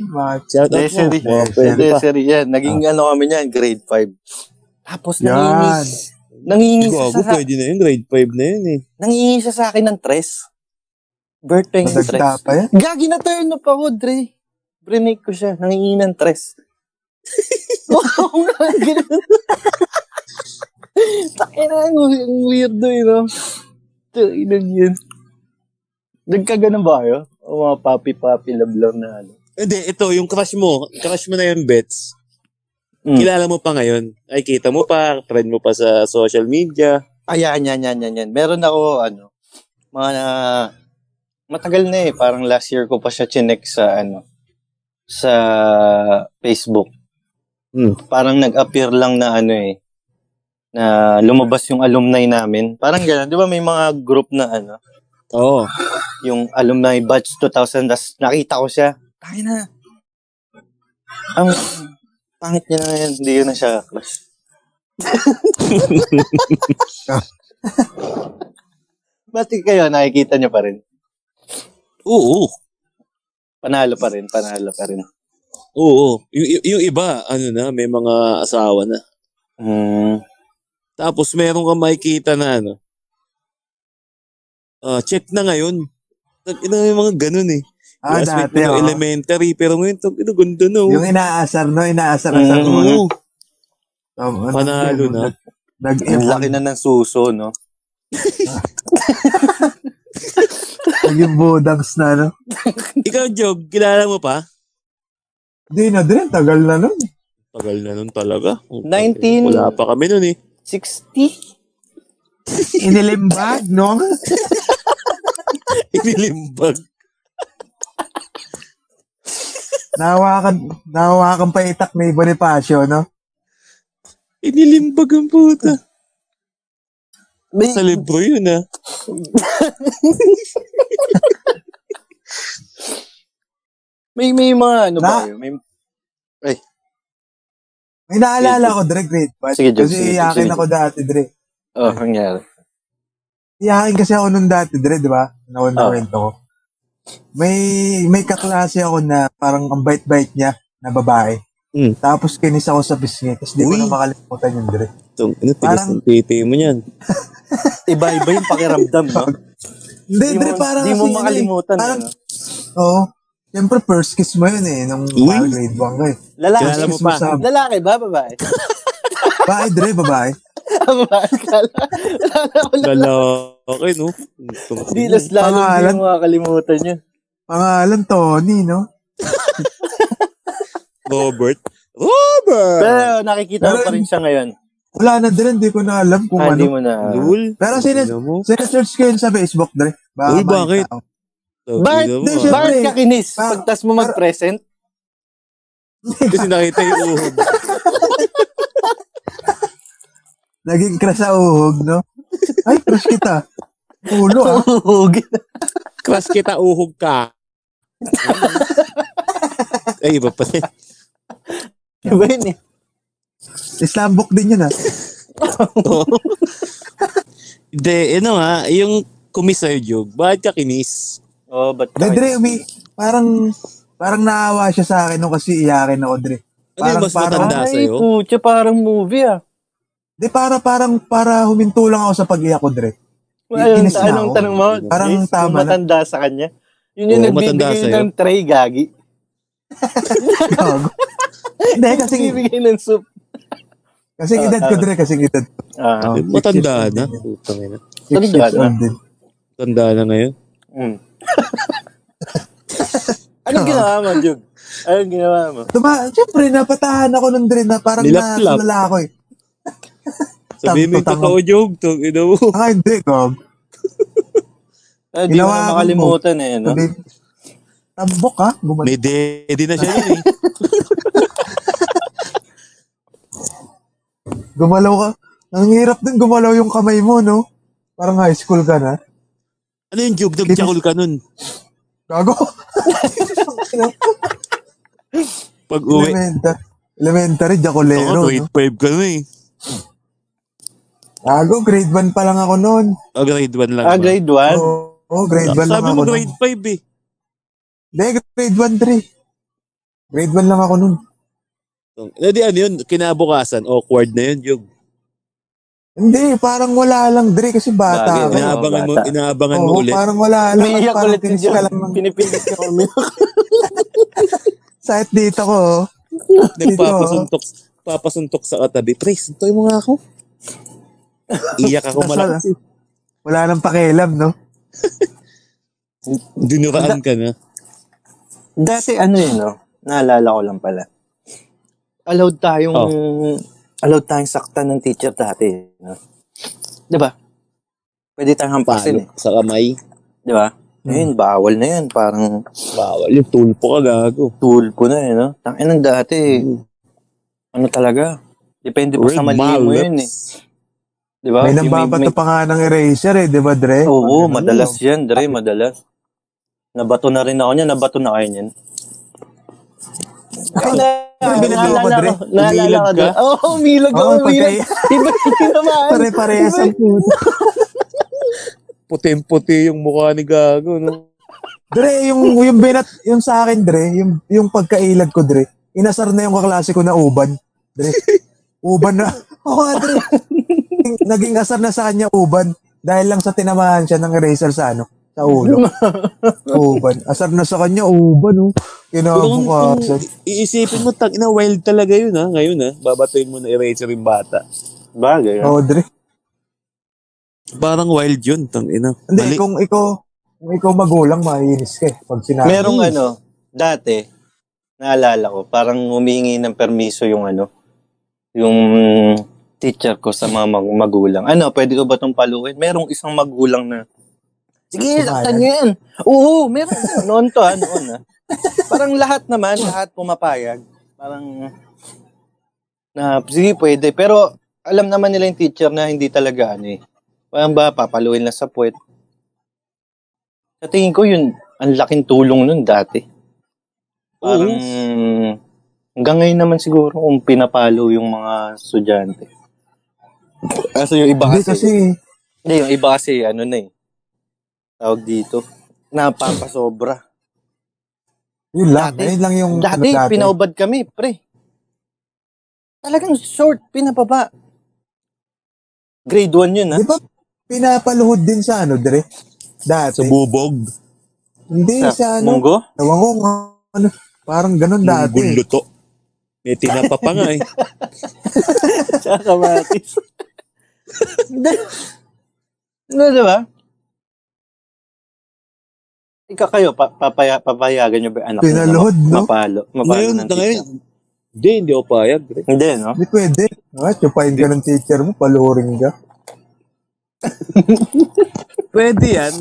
[SPEAKER 1] Desiree. Desiree.
[SPEAKER 5] Shout out mo. Oh, pwede pa.
[SPEAKER 1] Desiree, yan. Naging ano kami niyan, grade 5. Tapos
[SPEAKER 2] Ah. Yan.
[SPEAKER 1] nanginis. Nanginis
[SPEAKER 5] Gago,
[SPEAKER 1] sa, sa,
[SPEAKER 5] pwede na yun. Grade 5 na yun eh.
[SPEAKER 1] Nangingi siya sa akin ng tres. Birthday ng
[SPEAKER 2] Madagda
[SPEAKER 1] tres.
[SPEAKER 2] pa yan.
[SPEAKER 1] Gagi na turn up ako, Dre. Brinake ko siya. Nangingi ng tres. Oo nga, <laughs> ganun. Takin na, ang we- ang weirdo yun, no? Tainag yun. Nagkaganan ba kayo? O mga papi-papi love-love na ano?
[SPEAKER 5] Hindi, ito, yung crush mo. Crush mo na yung bets.
[SPEAKER 1] Mm.
[SPEAKER 2] Hmm.
[SPEAKER 5] Kilala mo pa ngayon. Ay, kita mo pa. Friend mo pa sa social media.
[SPEAKER 1] Ayan, Ah, yan, yan, yan, yan. Meron ako, ano, mga na- matagal na eh. Parang last year ko pa siya chinek sa, ano, sa Facebook.
[SPEAKER 5] Hmm.
[SPEAKER 1] Parang nag-appear lang na, ano eh, na lumabas yung alumni namin. Parang gano'n, di ba may mga group na, ano,
[SPEAKER 5] Oo.
[SPEAKER 1] yung alumni batch 2000, tas nakita ko siya. Tayo na. Ang pangit niya na ngayon, hindi ko na siya crush. <laughs> Ba't kayo, nakikita niyo pa rin?
[SPEAKER 5] Oo.
[SPEAKER 1] Panalo pa rin, panalo pa rin.
[SPEAKER 5] Oo. Yung, yung- yung iba, ano na, may mga asawa na.
[SPEAKER 1] Mm.
[SPEAKER 5] Tapos meron kang makikita na ano. ah, check na ngayon. Tag- Ina may mga ganun eh.
[SPEAKER 2] Ah,
[SPEAKER 5] Classmate
[SPEAKER 2] dati.
[SPEAKER 5] mo na
[SPEAKER 2] oh.
[SPEAKER 5] elementary, pero ngayon, tag, ina, ganda na. oh.
[SPEAKER 2] Yung inaasar, no? Inaasar-asar mo.
[SPEAKER 5] Oo,
[SPEAKER 2] Um, ano,
[SPEAKER 5] panalo na.
[SPEAKER 2] nag- nag
[SPEAKER 1] Ang laki na ng suso, no?
[SPEAKER 2] Naging bodams na, no?
[SPEAKER 5] Ikaw, Job, kilala mo pa?
[SPEAKER 2] Hindi na din, tagal na nun.
[SPEAKER 5] Tagal na nun talaga. Okay.
[SPEAKER 1] 19.
[SPEAKER 5] Wala pa kami nun eh. <laughs>
[SPEAKER 1] 60?
[SPEAKER 2] Inilimbag, no?
[SPEAKER 5] Inilimbag.
[SPEAKER 2] Nahawakan, nahawakan pa itak ni Bonifacio, no?
[SPEAKER 5] Inilimbag ang puta.
[SPEAKER 1] May,
[SPEAKER 5] Sa libro yun ah.
[SPEAKER 1] may, may mga ano
[SPEAKER 2] Na-
[SPEAKER 1] ba kayo? May,
[SPEAKER 2] May naalala ko, Dre, grade 5.
[SPEAKER 1] Sige, Job, sige, Job,
[SPEAKER 2] Kasi iyakin
[SPEAKER 1] sige.
[SPEAKER 2] ako dati, Dre.
[SPEAKER 1] oh, nangyari.
[SPEAKER 2] Iyakin kasi ako nung dati, Dre, di ba? Nawan
[SPEAKER 1] Oo.
[SPEAKER 2] na kwento ko. May, may kaklase ako na parang ang bait-bait niya na babae.
[SPEAKER 1] Hmm.
[SPEAKER 5] Mm.
[SPEAKER 2] Tapos kinis ako sa bisngi. Tapos di ko
[SPEAKER 5] Uy.
[SPEAKER 2] na makalimutan yun, Dre.
[SPEAKER 5] Itong, ano, tigas
[SPEAKER 2] Parang-
[SPEAKER 5] ng titi mo niyan.
[SPEAKER 1] Iba-iba yung pakiramdam, no? <laughs>
[SPEAKER 2] Hindi,
[SPEAKER 1] Di
[SPEAKER 2] Dre,
[SPEAKER 1] mo-
[SPEAKER 2] parang
[SPEAKER 1] di mo
[SPEAKER 2] kasi yun eh.
[SPEAKER 1] makalimutan,
[SPEAKER 2] Parang,
[SPEAKER 1] ano?
[SPEAKER 2] oo. Siyempre, first kiss mo yun eh, nung
[SPEAKER 5] Uy.
[SPEAKER 2] parang grade 1 ka eh.
[SPEAKER 1] Lalaki.
[SPEAKER 5] Kilala mo
[SPEAKER 2] kiss mo
[SPEAKER 5] pa.
[SPEAKER 2] sa
[SPEAKER 1] Lalaki ba, babae?
[SPEAKER 2] babae, Dre, babae.
[SPEAKER 1] <laughs> babae, kala. Kala ko lang.
[SPEAKER 5] Lalaki, no?
[SPEAKER 1] Di las lalo, di
[SPEAKER 2] Pangalan.
[SPEAKER 1] mo makakalimutan yun.
[SPEAKER 2] Pangalan, Tony, no?
[SPEAKER 5] Robert.
[SPEAKER 2] Ah.
[SPEAKER 5] Robert!
[SPEAKER 1] Pero nakikita mo
[SPEAKER 2] Pero-
[SPEAKER 1] pa rin siya ngayon.
[SPEAKER 2] Wala na, Dre, hindi ko na alam kung
[SPEAKER 1] Ah,
[SPEAKER 2] ano.
[SPEAKER 1] Hindi mo na.
[SPEAKER 5] Lul.
[SPEAKER 2] Pero sinas-
[SPEAKER 5] Tingnan mo.
[SPEAKER 2] sinesearch ko yun sa Facebook, Dre. Baka
[SPEAKER 5] Uy, bakit?
[SPEAKER 2] makita ako.
[SPEAKER 1] Bakit?
[SPEAKER 5] Tingnan mo,
[SPEAKER 2] Hindi,
[SPEAKER 5] ah.
[SPEAKER 2] syempre.
[SPEAKER 1] Bakit ka kinis?
[SPEAKER 2] Ah,
[SPEAKER 1] Pagtas mo
[SPEAKER 2] <laughs>
[SPEAKER 1] mag-present?
[SPEAKER 5] Kasi nakita yung uhog.
[SPEAKER 2] Naging crush sa uhog, no? Ay, crush kita. Ulo, ah.
[SPEAKER 1] Huwag.
[SPEAKER 5] Crush kita, uhog
[SPEAKER 2] <laughs>
[SPEAKER 5] ka. Ay, iba pa rin. <laughs>
[SPEAKER 1] Diba yun eh?
[SPEAKER 2] Islam book din yun, ah.
[SPEAKER 5] Hindi, ano nga, yung kumis sa'yo, Jog. Bakit ka kinis?
[SPEAKER 1] Oh, ba't ka?
[SPEAKER 2] Dre, umi, parang, parang naawa siya sa akin nung kasi iyakin ako, Dre.
[SPEAKER 5] Ano yung mas matanda
[SPEAKER 1] Ay,
[SPEAKER 5] sa'yo?
[SPEAKER 1] putya, parang movie ah.
[SPEAKER 2] Di, para, parang, para huminto lang ako sa pag-iyak ko, Dre.
[SPEAKER 1] Anong,
[SPEAKER 2] Inis na
[SPEAKER 1] anong
[SPEAKER 2] ako.
[SPEAKER 1] tanong mo?
[SPEAKER 2] Parang
[SPEAKER 1] Yes,
[SPEAKER 2] tama
[SPEAKER 1] yung
[SPEAKER 2] na.
[SPEAKER 1] matanda sa kanya. Yun yung
[SPEAKER 5] Oo, matanda
[SPEAKER 1] nagbibigay
[SPEAKER 5] sa'yo.
[SPEAKER 1] ng tray, Gagi.
[SPEAKER 2] Gago. Hindi, kasi,
[SPEAKER 1] Nagbibigay ng soup.
[SPEAKER 2] kasi edad ko, Dre, kasi edad ko.
[SPEAKER 1] Ah,
[SPEAKER 2] Oh, six
[SPEAKER 5] Matanda
[SPEAKER 2] years
[SPEAKER 5] na.
[SPEAKER 2] old din.
[SPEAKER 5] Putang ina.
[SPEAKER 2] Six
[SPEAKER 1] Tanda
[SPEAKER 2] years
[SPEAKER 1] na.
[SPEAKER 2] old din.
[SPEAKER 5] Tanda na ngayon.
[SPEAKER 1] ah. mm. anong ginawa mo, Jug? Anong ginawa mo?
[SPEAKER 2] Tuma, siyempre, napatahan ako nun, Dre, na parang
[SPEAKER 5] Nilaplap.
[SPEAKER 2] nakakalala ako,
[SPEAKER 5] <laughs>
[SPEAKER 2] eh.
[SPEAKER 5] Sabi mo yung
[SPEAKER 2] Tama.
[SPEAKER 5] totoo, Jog. Tug, ina mo.
[SPEAKER 2] Ah, hindi, gag.
[SPEAKER 1] Ah, di mo
[SPEAKER 2] Ginawa
[SPEAKER 1] na
[SPEAKER 2] ko
[SPEAKER 1] makalimutan eh, no?
[SPEAKER 2] Sabi, tambok, ah, ha? Bumalik.
[SPEAKER 5] Ano? May dedi na siya
[SPEAKER 2] <laughs>
[SPEAKER 5] yun eh.
[SPEAKER 2] Gumalaw ka. Ang hirap din gumalaw yung kamay mo, no? Parang high school ka na.
[SPEAKER 5] Ano yung Jog? Nag-jackal ka nun.
[SPEAKER 2] Gago.
[SPEAKER 5] Pag uwi.
[SPEAKER 2] Elementa- Elementary,
[SPEAKER 5] Ako,
[SPEAKER 2] Jacolero.
[SPEAKER 5] grade
[SPEAKER 2] No?
[SPEAKER 5] 5 ka nun eh.
[SPEAKER 2] Gago, grade 1 pa lang ako noon.
[SPEAKER 5] Ah, grade 1 lang.
[SPEAKER 1] Ah,
[SPEAKER 5] ba?
[SPEAKER 1] grade 1?
[SPEAKER 2] Oo, oh, grade 1 lang
[SPEAKER 5] Sabi
[SPEAKER 2] ako
[SPEAKER 5] mo
[SPEAKER 2] noon.
[SPEAKER 5] grade 5 eh.
[SPEAKER 2] Hindi, grade 1, 3. Grade 1 lang ako noon.
[SPEAKER 5] Eh, di ano yun, kinabukasan, awkward na yun, Jog.
[SPEAKER 2] Hindi, parang wala lang, Dre, kasi bata
[SPEAKER 1] Bagay,
[SPEAKER 2] ako.
[SPEAKER 1] yeah.
[SPEAKER 5] Inaabangan mo,
[SPEAKER 1] bata.
[SPEAKER 5] inaabangan mo
[SPEAKER 2] Oo,
[SPEAKER 5] ulit.
[SPEAKER 2] parang wala lang.
[SPEAKER 1] Umiiyak
[SPEAKER 2] parang
[SPEAKER 1] ulit yung
[SPEAKER 2] tinis ka
[SPEAKER 1] Jug.
[SPEAKER 2] lang. ng-
[SPEAKER 1] Pinipindot ka umiiyak.
[SPEAKER 2] Sakit dito ko. oh.
[SPEAKER 5] Nagpapasuntok, papasuntok sa katabi. Pre, suntoy mo nga ako. Iyak ako
[SPEAKER 2] Nasa-
[SPEAKER 5] malakas. eh.
[SPEAKER 2] Wala nang pakialam, no?
[SPEAKER 5] Dinuraan ka na.
[SPEAKER 1] Dati ano eh, no? Naalala ko lang pala. Allowed tayong...
[SPEAKER 2] Oh.
[SPEAKER 1] Allowed tayong saktan ng teacher dati, eh, no? Diba? Pwede tayong hampasin eh.
[SPEAKER 5] Palo sa kamay.
[SPEAKER 1] Diba?
[SPEAKER 2] Hmm.
[SPEAKER 1] Ngayon, bawal na yan. Parang
[SPEAKER 5] Bawal yung tulpo ka gago.
[SPEAKER 1] tulpo na eh, no? Tangin ng dati,
[SPEAKER 2] Hmm.
[SPEAKER 1] ano talaga? Depende pa sa mali mo yun eh. Di ba?
[SPEAKER 2] May
[SPEAKER 1] Yung
[SPEAKER 2] nambabato
[SPEAKER 1] Oh, may-
[SPEAKER 2] pa nga ng eraser eh, di ba, Dre?
[SPEAKER 1] Oo, madalas yan, Dre, madalas. Nabato na rin ako niyan, nabato na kayo niyan. Ay, na-
[SPEAKER 2] binabato ko, Dre.
[SPEAKER 1] Naalala ko,
[SPEAKER 5] Umilag
[SPEAKER 1] Dre.
[SPEAKER 5] ka?
[SPEAKER 1] Oo, oh, umilag ako,
[SPEAKER 2] Oo, <laughs>
[SPEAKER 1] umilag.
[SPEAKER 2] pagka-
[SPEAKER 1] Iba yung naman.
[SPEAKER 2] Pare-parehas ang puto.
[SPEAKER 5] Puting-puti yung mukha ni gago, no?
[SPEAKER 2] Dre, yung, yung binat, yung sa akin, Dre, yung, yung pagkailag ko, Dre, inasar na yung kaklase ko na uban. Dre, uban na. Oo nga, Dre. Naging asar na sa kanya uban dahil lang sa tinamahan siya ng eraser sa ano, sa ulo. uban. Asar na sa kanya uban, oh.
[SPEAKER 5] Kung, kung
[SPEAKER 2] Kinabukasan.
[SPEAKER 5] iisipin mo, tang ina, wild talaga yun, ha? Ngayon, ha? Babatuin mo na eraser yung bata.
[SPEAKER 1] Bagay.
[SPEAKER 2] Oo, Oh, Dre.
[SPEAKER 5] Parang wild yun, tang ina.
[SPEAKER 2] Hindi,
[SPEAKER 5] Mali.
[SPEAKER 2] kung ikaw, kung ikaw magulang, maiinis ka eh, pag sinabi.
[SPEAKER 1] Merong ano, dati, naalala ko, parang humingi ng permiso yung ano, yung teacher ko sa mga mag- magulang. Ano, pwede ko ba itong paluin? Merong isang magulang na, sige,
[SPEAKER 2] Sumayan.
[SPEAKER 1] saktan niyo yan. Oo, meron. noon to, ha, noon ha. Parang lahat naman, lahat pumapayag. Parang, na, sige, pwede. Pero, alam naman nila yung teacher na hindi talaga ano eh. Parang ba, papaluin lang sa puwet. Sa tingin ko yun, ang laking tulong nun dati. Parang, hanggang ngayon naman siguro kung pinapalo yung mga estudyante. Kaso yung iba
[SPEAKER 2] Hindi
[SPEAKER 1] kasi,
[SPEAKER 2] kasi,
[SPEAKER 1] Hindi, yung iba kasi ano na eh. Tawag dito. Napapasobra.
[SPEAKER 2] Yun lang.
[SPEAKER 1] Dati-
[SPEAKER 2] yun lang yung
[SPEAKER 1] Dati,
[SPEAKER 2] ano,
[SPEAKER 1] pinaubad kami, pre. Talagang short, pinababa. Grade 1 yun, ha?
[SPEAKER 2] Di ba pinapaluhod din sa ano, Dre? Dati.
[SPEAKER 5] Sa bubog.
[SPEAKER 2] Hindi, sa, ano.
[SPEAKER 1] Munggo?
[SPEAKER 2] Ewan ko kung ano. Parang ganun dati.
[SPEAKER 5] Munggol luto. May tinapa pa
[SPEAKER 2] <laughs>
[SPEAKER 5] nga eh.
[SPEAKER 1] Tsaka kamatis. Hindi. Ano, di ba? Ikaw kayo, pa papaya papayagan nyo ba yung anak nyo na
[SPEAKER 2] Pinaluhod,
[SPEAKER 1] ma-
[SPEAKER 2] no?
[SPEAKER 1] Mapalo. Mapalo
[SPEAKER 5] Ngayon,
[SPEAKER 1] ng
[SPEAKER 5] ngayon,
[SPEAKER 1] tita?
[SPEAKER 5] hindi, hindi ako payag. Dre.
[SPEAKER 1] Hindi, no?
[SPEAKER 2] Hindi pwede. Ah, chupain ka ng teacher mo, paluhurin ka.
[SPEAKER 5] Pwede yan.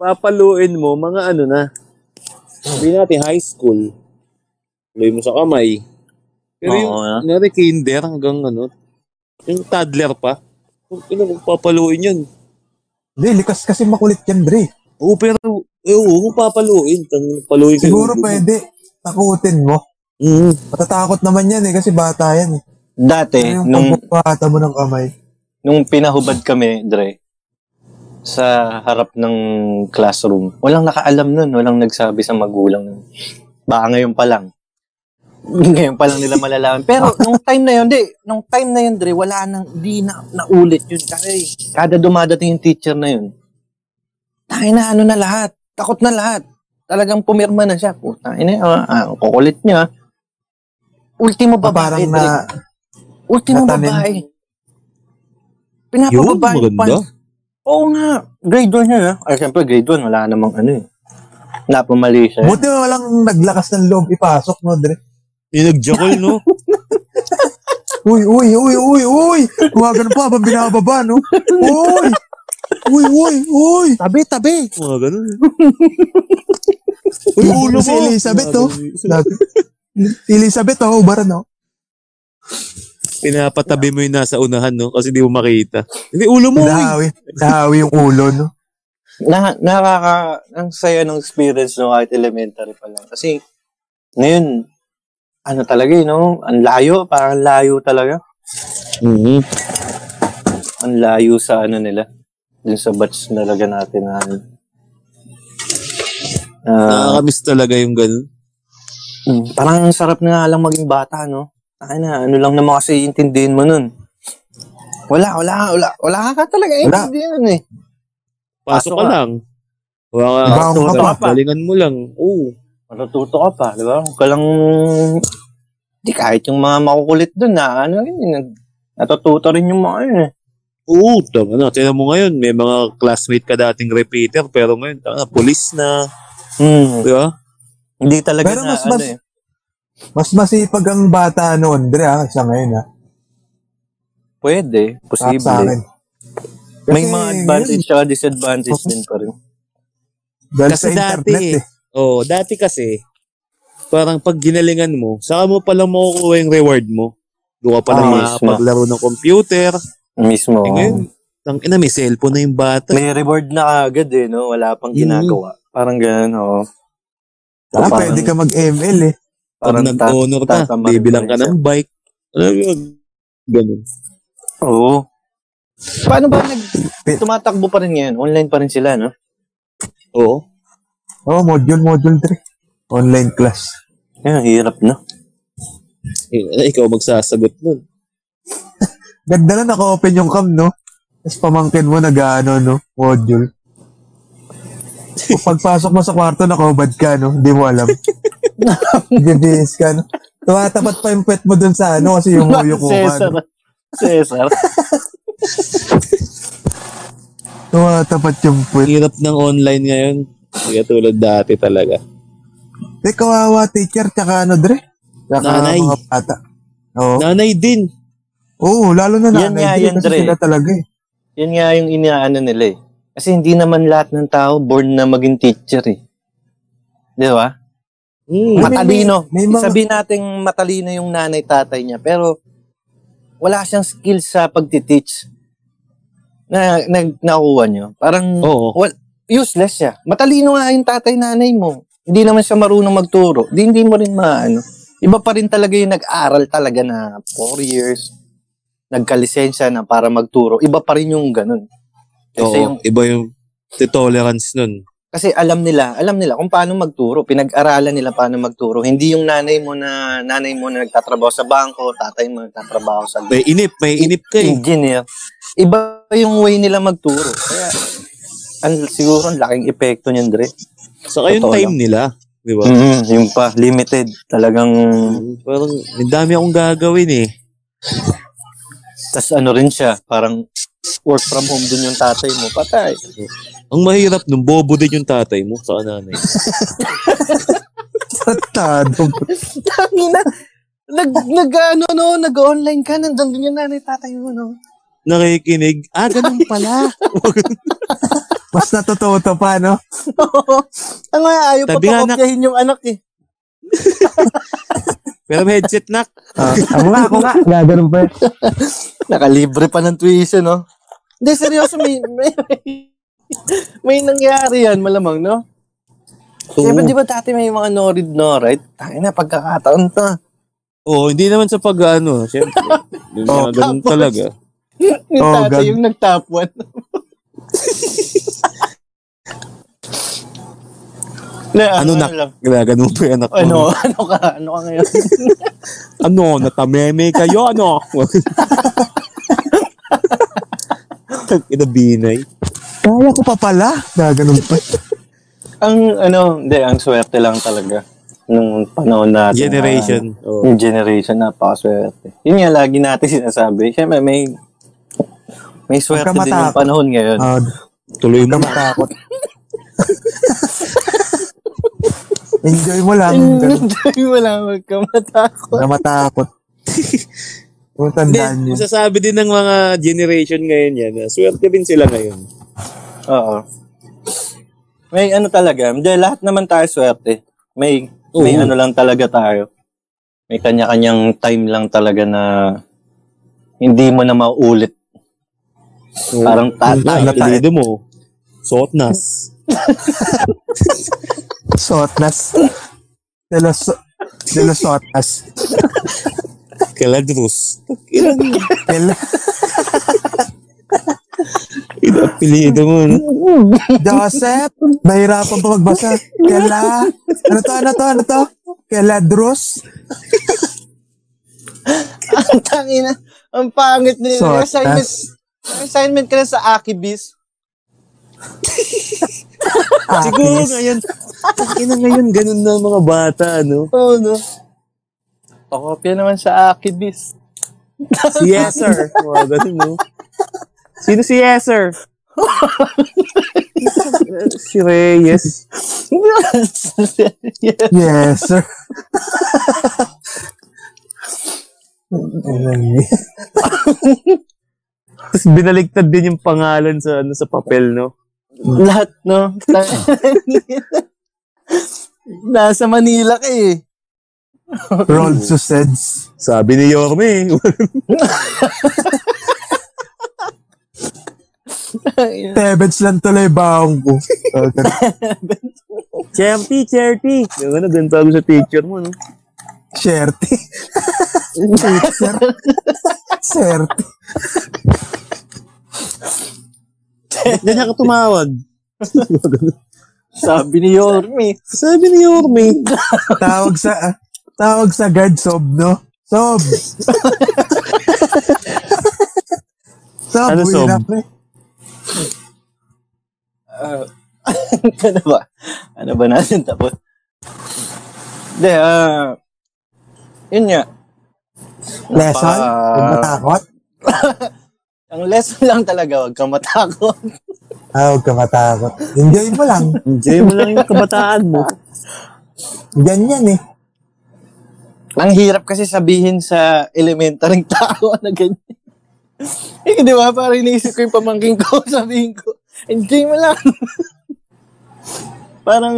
[SPEAKER 5] Papaluin mo, mga ano na. Sabi natin, high school. Tuloy mo sa kamay.
[SPEAKER 1] Oo,
[SPEAKER 5] Pero yung,
[SPEAKER 1] ha?
[SPEAKER 5] nangyari, kinder hanggang ano, yung toddler pa. Kung ina, huwag papaluin yun.
[SPEAKER 2] Hindi, likas kasi makulit yan, Dre.
[SPEAKER 5] Oo, pero, eh, oo, kung papaluin. Tang, paluin ka
[SPEAKER 2] Siguro
[SPEAKER 5] yung-
[SPEAKER 2] pwede. Takutin mo.
[SPEAKER 5] Mm.
[SPEAKER 2] Matatakot naman yan eh, kasi bata yan eh.
[SPEAKER 1] Dati,
[SPEAKER 2] Ano yung
[SPEAKER 1] nung,
[SPEAKER 2] pagbabata mo ng kamay?
[SPEAKER 1] nung pinahubad kami, Dre, sa harap ng classroom, walang nakaalam nun, walang nagsabi sa magulang. nun. Baka ngayon pa lang. <laughs> Ngayon pa lang nila malalaman.
[SPEAKER 2] <laughs>
[SPEAKER 1] Pero nung time na yun, di, nung time na yun, Dre, wala nang, di na, naulit yun. Kasi kada dumadating yung teacher na yun, tayo na ano na lahat, takot na lahat. Talagang pumirma na siya. Puta, ina, ah, ah, kukulit niya. Ultimo
[SPEAKER 2] Ah,
[SPEAKER 1] babae,
[SPEAKER 2] parang
[SPEAKER 1] Dre.
[SPEAKER 2] na,
[SPEAKER 1] Ultimo
[SPEAKER 2] Natanim.
[SPEAKER 1] babae. Pinapababa
[SPEAKER 5] Yun,
[SPEAKER 1] yung
[SPEAKER 5] maganda.
[SPEAKER 1] pants. Oo nga. Grade 1 yun, ah. Ay, syempre, grade 1, wala namang ano eh. Napamali siya. eh.
[SPEAKER 2] buti walang naglakas ng loob ipasok, no, Dre?
[SPEAKER 5] Yung nagjakol, no?
[SPEAKER 2] Uy, uy, uy, uy, uy! Huwagan pa habang binababa, no? Uy! Uy, uy, uy!
[SPEAKER 5] tabi, tabi! Mga <laughs> ganun.
[SPEAKER 2] Uy, ulo mo! Si Elizabeth, oh. Dati. Si Elizabeth, oh, ubaran, oh.
[SPEAKER 5] Pinapatabi mo yung nasa unahan, no? Kasi hindi mo makita. Hindi, ulo mo, uy!
[SPEAKER 2] Nahawi, nahawi yung ulo, no?
[SPEAKER 1] Na, nakaka, ang saya ng experience no, kahit elementary pa lang. Kasi, ngayon, ano talaga eh, no? Ang layo, parang layo talaga.
[SPEAKER 5] Mhm.
[SPEAKER 1] Ang layo sa ano nila. Dun sa batch talaga natin na ano. Ah,
[SPEAKER 5] Nakakamiss talaga yung ganun.
[SPEAKER 1] Mm, parang ang sarap na nga lang maging bata, no? Ay na, ano lang naman kasi intindihin mo nun. Wala, wala, wala. Wala ka talaga
[SPEAKER 2] Wala.
[SPEAKER 1] intindihin nun eh. Pasok
[SPEAKER 5] Pasok ka
[SPEAKER 1] ka.
[SPEAKER 5] lang. Wala ka.
[SPEAKER 2] Ibang
[SPEAKER 5] Pasok
[SPEAKER 2] ka
[SPEAKER 5] ka.
[SPEAKER 2] pa.
[SPEAKER 5] Galingan mo lang. Oo.
[SPEAKER 1] Matututo ka pa, di ba? Huwag ka lang... Di kahit yung mga makukulit dun na, ano rin, nag- natututo rin yung mga yun eh.
[SPEAKER 5] Oo, tama na. Tignan mo ngayon, may mga classmate ka dating repeater, pero ngayon, tama na, police na.
[SPEAKER 1] Hmm.
[SPEAKER 5] Di ba?
[SPEAKER 1] Hindi talaga
[SPEAKER 2] Pero
[SPEAKER 1] na,
[SPEAKER 2] mas-
[SPEAKER 1] ano
[SPEAKER 2] mas-
[SPEAKER 1] eh.
[SPEAKER 2] Mas masipag ang bata noon, Dre, ha? Sa ngayon, ha?
[SPEAKER 1] Pwede,
[SPEAKER 2] Sa,
[SPEAKER 1] posible.
[SPEAKER 2] sa akin.
[SPEAKER 1] May
[SPEAKER 2] Kasi
[SPEAKER 1] mga advantage at disadvantage din pa rin.
[SPEAKER 2] Dahil sa
[SPEAKER 5] Kasi dati,
[SPEAKER 2] internet, eh.
[SPEAKER 5] oh, dati kasi, parang pag ginalingan mo, saka mo palang makukuha yung reward mo. Doon ka palang
[SPEAKER 1] Ah, mismo.
[SPEAKER 5] makapaglaro ng computer.
[SPEAKER 1] Mismo.
[SPEAKER 5] Eh, ngayon, tang ina, may cellphone na yung bata.
[SPEAKER 1] May reward na agad eh, no? Wala pang
[SPEAKER 5] Mm.
[SPEAKER 1] ginagawa. Parang ganun, oo.
[SPEAKER 2] Ah,
[SPEAKER 1] Parang-
[SPEAKER 2] pwede ka mag-ML, eh.
[SPEAKER 5] Pag nag-honor ka,
[SPEAKER 1] tatama rin
[SPEAKER 5] bibilang
[SPEAKER 1] pa
[SPEAKER 5] ka
[SPEAKER 1] rin siya.
[SPEAKER 5] ng bike. Alam mo, yun? ganun.
[SPEAKER 1] Oo. Paano ba nag... Tumatakbo pa rin ngayon? Online pa rin sila, no?
[SPEAKER 5] Oo.
[SPEAKER 2] Oh, module, module, Dre. Online class.
[SPEAKER 1] Yan, hirap, no?
[SPEAKER 5] Eh, ikaw magsasagot nun.
[SPEAKER 2] Ganda na naka-open yung cam, no? Tapos pamangkin mo nag ano, no? Module. Kung pagpasok mo sa kwarto, nakahubad ka, no? Hindi mo
[SPEAKER 1] <laughs>
[SPEAKER 2] alam. Gibihis ka, no? Tumatapat pa yung pet mo dun sa ano
[SPEAKER 1] <laughs>
[SPEAKER 2] kasi yung huyo ko ka,
[SPEAKER 1] Cesar.
[SPEAKER 2] no?
[SPEAKER 1] Cesar.
[SPEAKER 2] Tumatapat yung pet.
[SPEAKER 5] Hirap ng online ngayon. Hindi katulad dati talaga.
[SPEAKER 2] Eh, kawawa teacher, tsaka ano, Dre? Tsaka
[SPEAKER 5] Nanay.
[SPEAKER 2] mga bata. Oo.
[SPEAKER 5] Nanay din.
[SPEAKER 2] Oo, lalo na
[SPEAKER 1] Yan nga
[SPEAKER 2] nanay. Dre,
[SPEAKER 1] yan,
[SPEAKER 2] kasi
[SPEAKER 1] Dre.
[SPEAKER 2] sila talaga eh.
[SPEAKER 1] Yan nga yung inaano nila eh. Kasi hindi naman lahat ng tao born na maging teacher eh. Di ba?
[SPEAKER 5] Mm.
[SPEAKER 2] May-
[SPEAKER 1] Matalino.
[SPEAKER 2] may mga-
[SPEAKER 1] Sabihin natin matalino yung nanay-tatay niya. Pero wala siyang skills sa pagtiteach na, na nakuha niyo. Parang
[SPEAKER 5] Oo.
[SPEAKER 1] Well, useless siya. Matalino nga yung tatay-nanay mo. Hindi naman siya marunong magturo. Di, hindi mo rin maano. Iba pa rin talaga yung nag-aral talaga na 4 years, nagkalisensya na para magturo. Iba pa rin yung ganun. Kasi
[SPEAKER 5] Oo,
[SPEAKER 1] yung
[SPEAKER 5] iba yung tolerance nun.
[SPEAKER 1] Kasi alam nila, alam nila kung paano magturo. Pinag-aralan nila paano magturo. Hindi yung nanay mo na nanay mo na nagtatrabaho sa bangko, tatay mo nagtatrabaho sa
[SPEAKER 5] May inip, may inip ka eh.
[SPEAKER 1] engineer. Iba yung way nila magturo. Kaya ang siguro ang laking epekto niyan, Dre.
[SPEAKER 5] Saka yung
[SPEAKER 1] Totoo
[SPEAKER 5] time nila, di ba?
[SPEAKER 1] Mm-hmm. yung pa limited, talagang Hmm.
[SPEAKER 5] Parang ang dami akong gagawin eh.
[SPEAKER 1] tas ano rin siya, parang work from home din yung tatay mo. <laughs> Patay.
[SPEAKER 5] Ang mahirap nung bobo din yung tatay mo sa nanay.
[SPEAKER 2] Tratado.
[SPEAKER 1] Tangina. Nag nag ano no, nag-online ka nandoon din yung nanay tatay mo no. <laughs>
[SPEAKER 5] Nakikinig, ah, ganun pala.
[SPEAKER 2] Mas natututo pa, no?
[SPEAKER 1] Ang nga, ayaw
[SPEAKER 5] Tabi nga,
[SPEAKER 1] pa kopyahin yung anak eh.
[SPEAKER 5] Pero may headset na.
[SPEAKER 9] Ako nga, ako nga. Gaganon pa.
[SPEAKER 1] Nakalibre pa ng tuition, no? Hindi, seryoso, may, may, may nangyari yan, malamang, no? Siyempre, di ba dati may mga norid no, right? Tayo na, pagkakataon to.
[SPEAKER 5] Oo, hindi naman sa pag ano,
[SPEAKER 1] <laughs>
[SPEAKER 5] syempre. Yung mga ganun
[SPEAKER 1] tapos-
[SPEAKER 5] talaga.
[SPEAKER 1] Yung
[SPEAKER 2] Oh,
[SPEAKER 1] tatay
[SPEAKER 2] God.
[SPEAKER 1] yung nag-top one. Na,
[SPEAKER 5] Ano nak?
[SPEAKER 1] lang?
[SPEAKER 5] Ganun pa yung anak mo.
[SPEAKER 1] Ano, <laughs> ano ka? Ano ka ngayon?
[SPEAKER 5] Ano, natameme kayo, ano? Inabinay.
[SPEAKER 2] Kaya ko pa pala. Gaganon pa.
[SPEAKER 1] ang, ano, hindi, ang swerte lang talaga. Nung panahon natin.
[SPEAKER 5] Generation. Oo.
[SPEAKER 1] Yung generation, napakaswerte. Yun nga, lagi natin <laughs> sinasabi. Siyempre, may may swerte
[SPEAKER 2] Huwag ka
[SPEAKER 1] din yung
[SPEAKER 2] matakot.
[SPEAKER 1] panahon ngayon.
[SPEAKER 2] Ah,
[SPEAKER 5] Tuloy
[SPEAKER 2] Huwag ka
[SPEAKER 5] mo.
[SPEAKER 2] matakot. <laughs> Enjoy mo lang. Ganun.
[SPEAKER 1] <laughs> Hindi mo lang huwag ka matakot.
[SPEAKER 2] Huwag ka matakot. Huwag tandaan
[SPEAKER 5] Hindi,
[SPEAKER 2] yun.
[SPEAKER 5] masasabi din ng mga generation ngayon yan. na Swerte din sila ngayon.
[SPEAKER 1] Oo. May ano talaga, hindi, lahat naman tayo swerte. May, may
[SPEAKER 5] Oo.
[SPEAKER 1] ano lang talaga tayo. May kanya-kanyang time lang talaga na hindi mo na maulit.
[SPEAKER 5] Oo.
[SPEAKER 1] Parang
[SPEAKER 5] Ay,
[SPEAKER 1] tatay.
[SPEAKER 5] apelido mo. Sotnas.
[SPEAKER 2] Sotlas. De los, de los sotlas.
[SPEAKER 5] Keladrus.
[SPEAKER 2] Del,
[SPEAKER 5] Apelido mo. no?
[SPEAKER 2] Joseph, nahirapan pa magbasa. Kela, ano to, ano to, ano to? Keladros.
[SPEAKER 1] Ang tangina. Ang pangit na yun. May
[SPEAKER 2] Sotas.
[SPEAKER 1] assignment, may assignment ka na sa Akibis.
[SPEAKER 2] Ah,
[SPEAKER 5] Siguro ngayon. Ina ngayon, ganun na ang mga bata, no?
[SPEAKER 1] Oo, no? Pakopya naman sa Akibis.
[SPEAKER 5] Si Yes, sir. Mga ganun, no? Sino si Yes, <laughs> sir? si Reyes.
[SPEAKER 2] Yes, sir.
[SPEAKER 5] Tapos binaligtad din yung pangalan sa ano sa papel, no?
[SPEAKER 1] Lahat, no? Nasa Manila ka eh.
[SPEAKER 2] Rolled sausage.
[SPEAKER 5] Sabi ni Yorme.
[SPEAKER 2] Tebets lang tuloy baong ko.
[SPEAKER 5] Cherty, Cherty. Yung ano, ganun tawag sa picture mo, no?
[SPEAKER 2] Sherte. Sir. Sherte.
[SPEAKER 5] Ganyan ka tumawag.
[SPEAKER 1] Sabi ni Yorme.
[SPEAKER 5] Sabi ni Yorme.
[SPEAKER 2] Tawag sa, ah, tawag sa guard sob, no? Sob. sob,
[SPEAKER 5] Ano,
[SPEAKER 2] uwi
[SPEAKER 5] sob?
[SPEAKER 2] na ako eh.
[SPEAKER 1] <laughs> ano ba? Ano ba natin tapos? Hindi, ah... yun nga.
[SPEAKER 2] Lesson?
[SPEAKER 1] Napa-
[SPEAKER 2] Huwag matakot.
[SPEAKER 1] Ang lesson lang talaga, huwag kang matakot.
[SPEAKER 2] Ah, huwag ka matakot. Enjoy mo lang.
[SPEAKER 5] Enjoy mo lang yung kabataan mo.
[SPEAKER 2] Ganyan eh.
[SPEAKER 1] Ang hirap kasi sabihin sa elementaryng tao na ganyan. <laughs> Eh, di ba? Parang iniisip ko yung pamangking ko, <laughs> sabihin ko, enjoy mo lang. <laughs> Parang,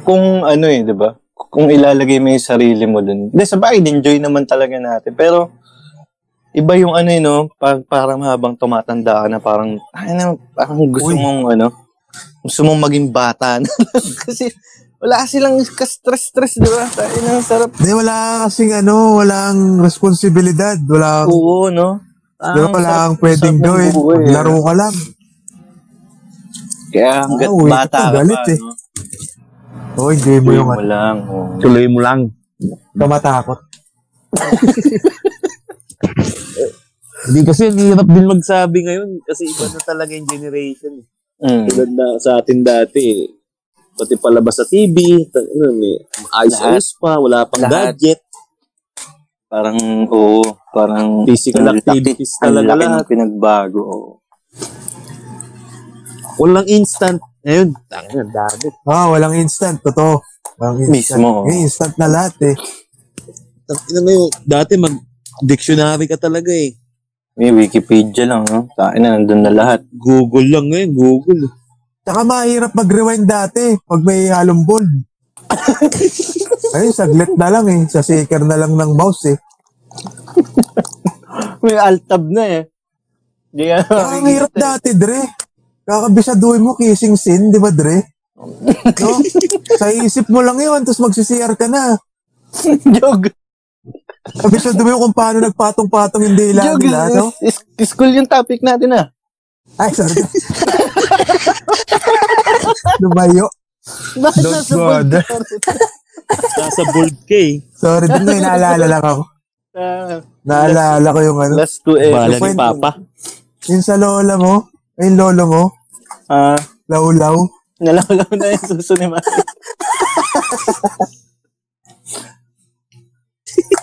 [SPEAKER 1] kung ano eh, di ba? Kung ilalagay mo yung sarili mo dun. Hindi, sa bahay, enjoy naman talaga natin. Pero, iba yung ano eh, no? Pa- parang habang tumatanda ka na, parang, ay, na, parang gusto
[SPEAKER 2] Uy.
[SPEAKER 1] mong ano, gusto mong maging bata na <laughs> lang. Kasi, wala silang ka-stress-stress, di ba? Tayo na, sarap.
[SPEAKER 2] Di, wala kasing ano, walang responsibilidad. Wala,
[SPEAKER 1] Oo, no?
[SPEAKER 2] Di ba wala kang pwedeng gawin?
[SPEAKER 1] eh.
[SPEAKER 2] Laro ka lang.
[SPEAKER 1] Kaya hanggat
[SPEAKER 2] Ah, uwi
[SPEAKER 1] bata
[SPEAKER 2] ka,
[SPEAKER 1] ka
[SPEAKER 2] galit
[SPEAKER 1] pa,
[SPEAKER 2] eh.
[SPEAKER 1] no?
[SPEAKER 2] O, enjoy mo
[SPEAKER 1] Uwi
[SPEAKER 2] yung
[SPEAKER 1] mo
[SPEAKER 2] ano.
[SPEAKER 1] lang. oh.
[SPEAKER 10] Tuloy mo lang.
[SPEAKER 2] Kamatakot.
[SPEAKER 5] Hindi kasi ang hirap din magsabi ngayon kasi iba na talaga yung generation. eh.
[SPEAKER 1] Mm.
[SPEAKER 5] Tulad na sa atin dati eh. Pati palabas sa TV, ta- ano, may
[SPEAKER 1] Lahat.
[SPEAKER 5] ayos-ayos pa, wala pang
[SPEAKER 1] Lahat.
[SPEAKER 5] gadget.
[SPEAKER 1] Parang, oo, parang...
[SPEAKER 5] Physical
[SPEAKER 1] ang laki-
[SPEAKER 5] activities talaga
[SPEAKER 1] Ang laki
[SPEAKER 5] lahat.
[SPEAKER 1] ng pinagbago. oo.
[SPEAKER 5] Walang instant. Ngayon, tangin, ang dami.
[SPEAKER 2] Ah, walang instant. Totoo. Walang instant.
[SPEAKER 1] Mismo.
[SPEAKER 2] Ngayon, instant na lahat eh.
[SPEAKER 5] Tangin na ngayon, dati mag-dictionary ka talaga eh.
[SPEAKER 1] May Wikipedia lang, no? Tain na, nandun na lahat.
[SPEAKER 5] Google lang ngayon, Google.
[SPEAKER 2] Tsaka mahirap mag-rewind dati pag may halong
[SPEAKER 1] <laughs>
[SPEAKER 2] ball. Ayun, saglit na lang eh. Sa shaker na lang ng mouse eh.
[SPEAKER 1] <laughs> May altab na eh. Hindi ka eh.
[SPEAKER 2] Ang hirap dati, Dre. Kakabisaduhin mo kissing scene, di ba, Dre?
[SPEAKER 1] <laughs>
[SPEAKER 2] No? Sa isip mo lang yun, tapos magsisiyar ka na.
[SPEAKER 1] <laughs> Jog.
[SPEAKER 2] Kabisaduhin mo kung paano nagpatong-patong yung dila
[SPEAKER 1] Jog.
[SPEAKER 2] nila, no?
[SPEAKER 1] Is, is school yung topic natin ah.
[SPEAKER 2] Ay, sorry. Lumayo.
[SPEAKER 1] Bakit
[SPEAKER 2] Lord
[SPEAKER 1] nasa
[SPEAKER 2] God.
[SPEAKER 1] God.
[SPEAKER 5] Nasa board ka eh.
[SPEAKER 2] Sorry, din may naalala lang ako.
[SPEAKER 1] Ah,
[SPEAKER 2] Naalala ko yung ano.
[SPEAKER 1] last two eh.
[SPEAKER 5] Bahala ni
[SPEAKER 2] kwento.
[SPEAKER 5] Papa.
[SPEAKER 2] Yung sa lola mo, ay yung lolo mo,
[SPEAKER 1] Ah,
[SPEAKER 2] laulaw.
[SPEAKER 1] nalalaw na yung suso ni Mari.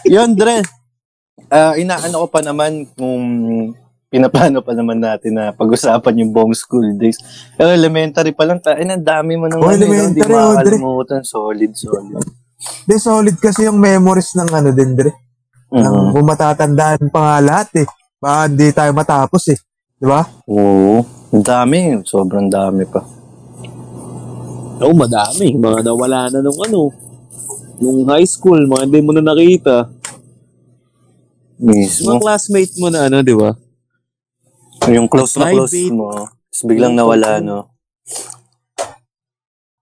[SPEAKER 1] Yun, Dre. Ah, inaano ko pa naman kung pinaplano pa naman natin na pag-usapan yung buong school days. Pero elementary pa lang, tain, ang dami mo nang
[SPEAKER 2] Oh,
[SPEAKER 1] ano, yun, hindi
[SPEAKER 2] elementary, oh, Dre.
[SPEAKER 1] makakalimutan. Solid, solid.
[SPEAKER 2] De, solid kasi yung memories ng ano din, Dre. Ng,
[SPEAKER 1] Mm.
[SPEAKER 2] kung matatandaan pa nga lahat eh. Baka hindi tayo matapos eh. Di ba?
[SPEAKER 1] Oo. Ang dami. Sobrang dami pa.
[SPEAKER 5] Oo, madami. Mga nawala na nung ano, nung high school, mga hindi mo na nakita. Yung
[SPEAKER 1] Mismo. Mm.
[SPEAKER 5] mga classmate mo na ano, di ba?
[SPEAKER 1] Yung close na close
[SPEAKER 5] Private.
[SPEAKER 1] mo. Tapos biglang nawala, no?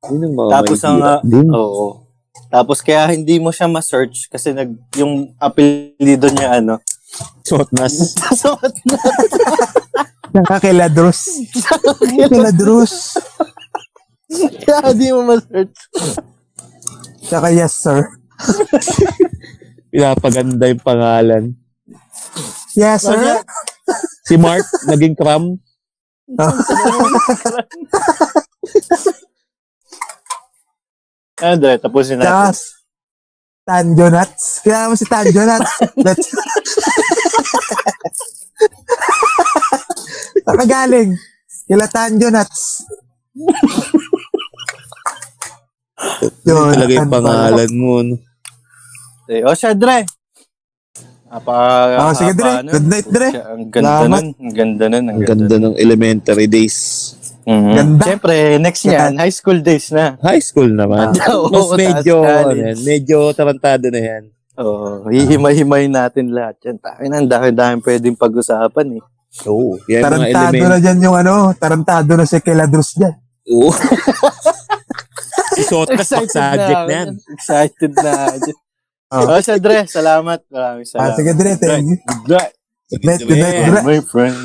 [SPEAKER 5] Yun
[SPEAKER 2] Oh,
[SPEAKER 5] ang mga
[SPEAKER 1] Tapos
[SPEAKER 5] may
[SPEAKER 1] ang...
[SPEAKER 5] hirap
[SPEAKER 1] ah,
[SPEAKER 5] din.
[SPEAKER 1] Oo. Tapos kaya hindi mo siya ma-search kasi nag, yung apelido niya ano.
[SPEAKER 5] Short nas.
[SPEAKER 1] So,
[SPEAKER 2] Nakakiladros. Nakakiladros.
[SPEAKER 1] kaya <laughs> hindi mo ma-search.
[SPEAKER 2] Tsaka yes, sir.
[SPEAKER 5] Pinapaganda yung pangalan.
[SPEAKER 2] Yes, sir.
[SPEAKER 5] Si Mark, naging
[SPEAKER 1] <laughs>
[SPEAKER 5] cram.
[SPEAKER 1] Ano, Dre, tapusin
[SPEAKER 2] Tsaka,
[SPEAKER 1] natin.
[SPEAKER 2] Tanjo Nuts. Kailangan mo si Tanjo Nuts. Let's... Saka galing. Kila Tanjo Nuts.
[SPEAKER 1] Oh,
[SPEAKER 2] Yun,
[SPEAKER 5] Talaga
[SPEAKER 2] ano
[SPEAKER 5] yung
[SPEAKER 2] ba?
[SPEAKER 5] pangalan mo. no?
[SPEAKER 1] Eh, o siya, Dre. Apa,
[SPEAKER 2] Ah, sige, Dre. Good night, Dre.
[SPEAKER 1] Ang ganda
[SPEAKER 2] Salamat.
[SPEAKER 1] nun. Ang ganda nun. Ang
[SPEAKER 5] Ang
[SPEAKER 1] ganda.
[SPEAKER 5] ganda ng elementary days.
[SPEAKER 1] Mhm.
[SPEAKER 2] Ganda.
[SPEAKER 1] Siyempre, next niyan, high school days na.
[SPEAKER 5] High school naman.
[SPEAKER 1] Ah, oo,
[SPEAKER 5] Mas
[SPEAKER 1] taas
[SPEAKER 5] medyo, ano
[SPEAKER 1] college.
[SPEAKER 5] yan, medyo tarantado na yan.
[SPEAKER 1] Oo, hihimay-himay natin lahat yan. Tayo na, ang dami-dami pwedeng pag-usapan eh.
[SPEAKER 5] Oo. Yan mga
[SPEAKER 2] Tarantado
[SPEAKER 5] element.
[SPEAKER 2] na dyan yung ano, tarantado na si Keladros dyan.
[SPEAKER 1] <laughs>
[SPEAKER 5] Oo. Isot na sa subject na yan.
[SPEAKER 1] Excited na.
[SPEAKER 2] <laughs> Oh.
[SPEAKER 1] oh, siya, Dre, salamat. Maraming
[SPEAKER 2] Ah,
[SPEAKER 1] salamat.
[SPEAKER 2] sige, Dre, thank you.
[SPEAKER 1] Good night.
[SPEAKER 2] Good night, good night, Dre.
[SPEAKER 1] my friend.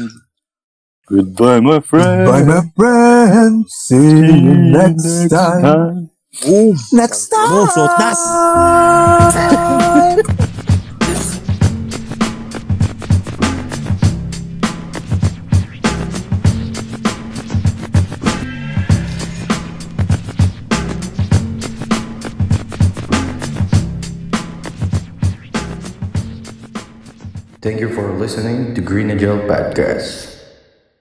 [SPEAKER 1] Goodbye, my friend.
[SPEAKER 2] Bye, my friend. See you next time. Oh,
[SPEAKER 5] Oo.
[SPEAKER 2] Next time.
[SPEAKER 5] Oo, suot nas.
[SPEAKER 11] Thank you for listening to Green Angel Podcast.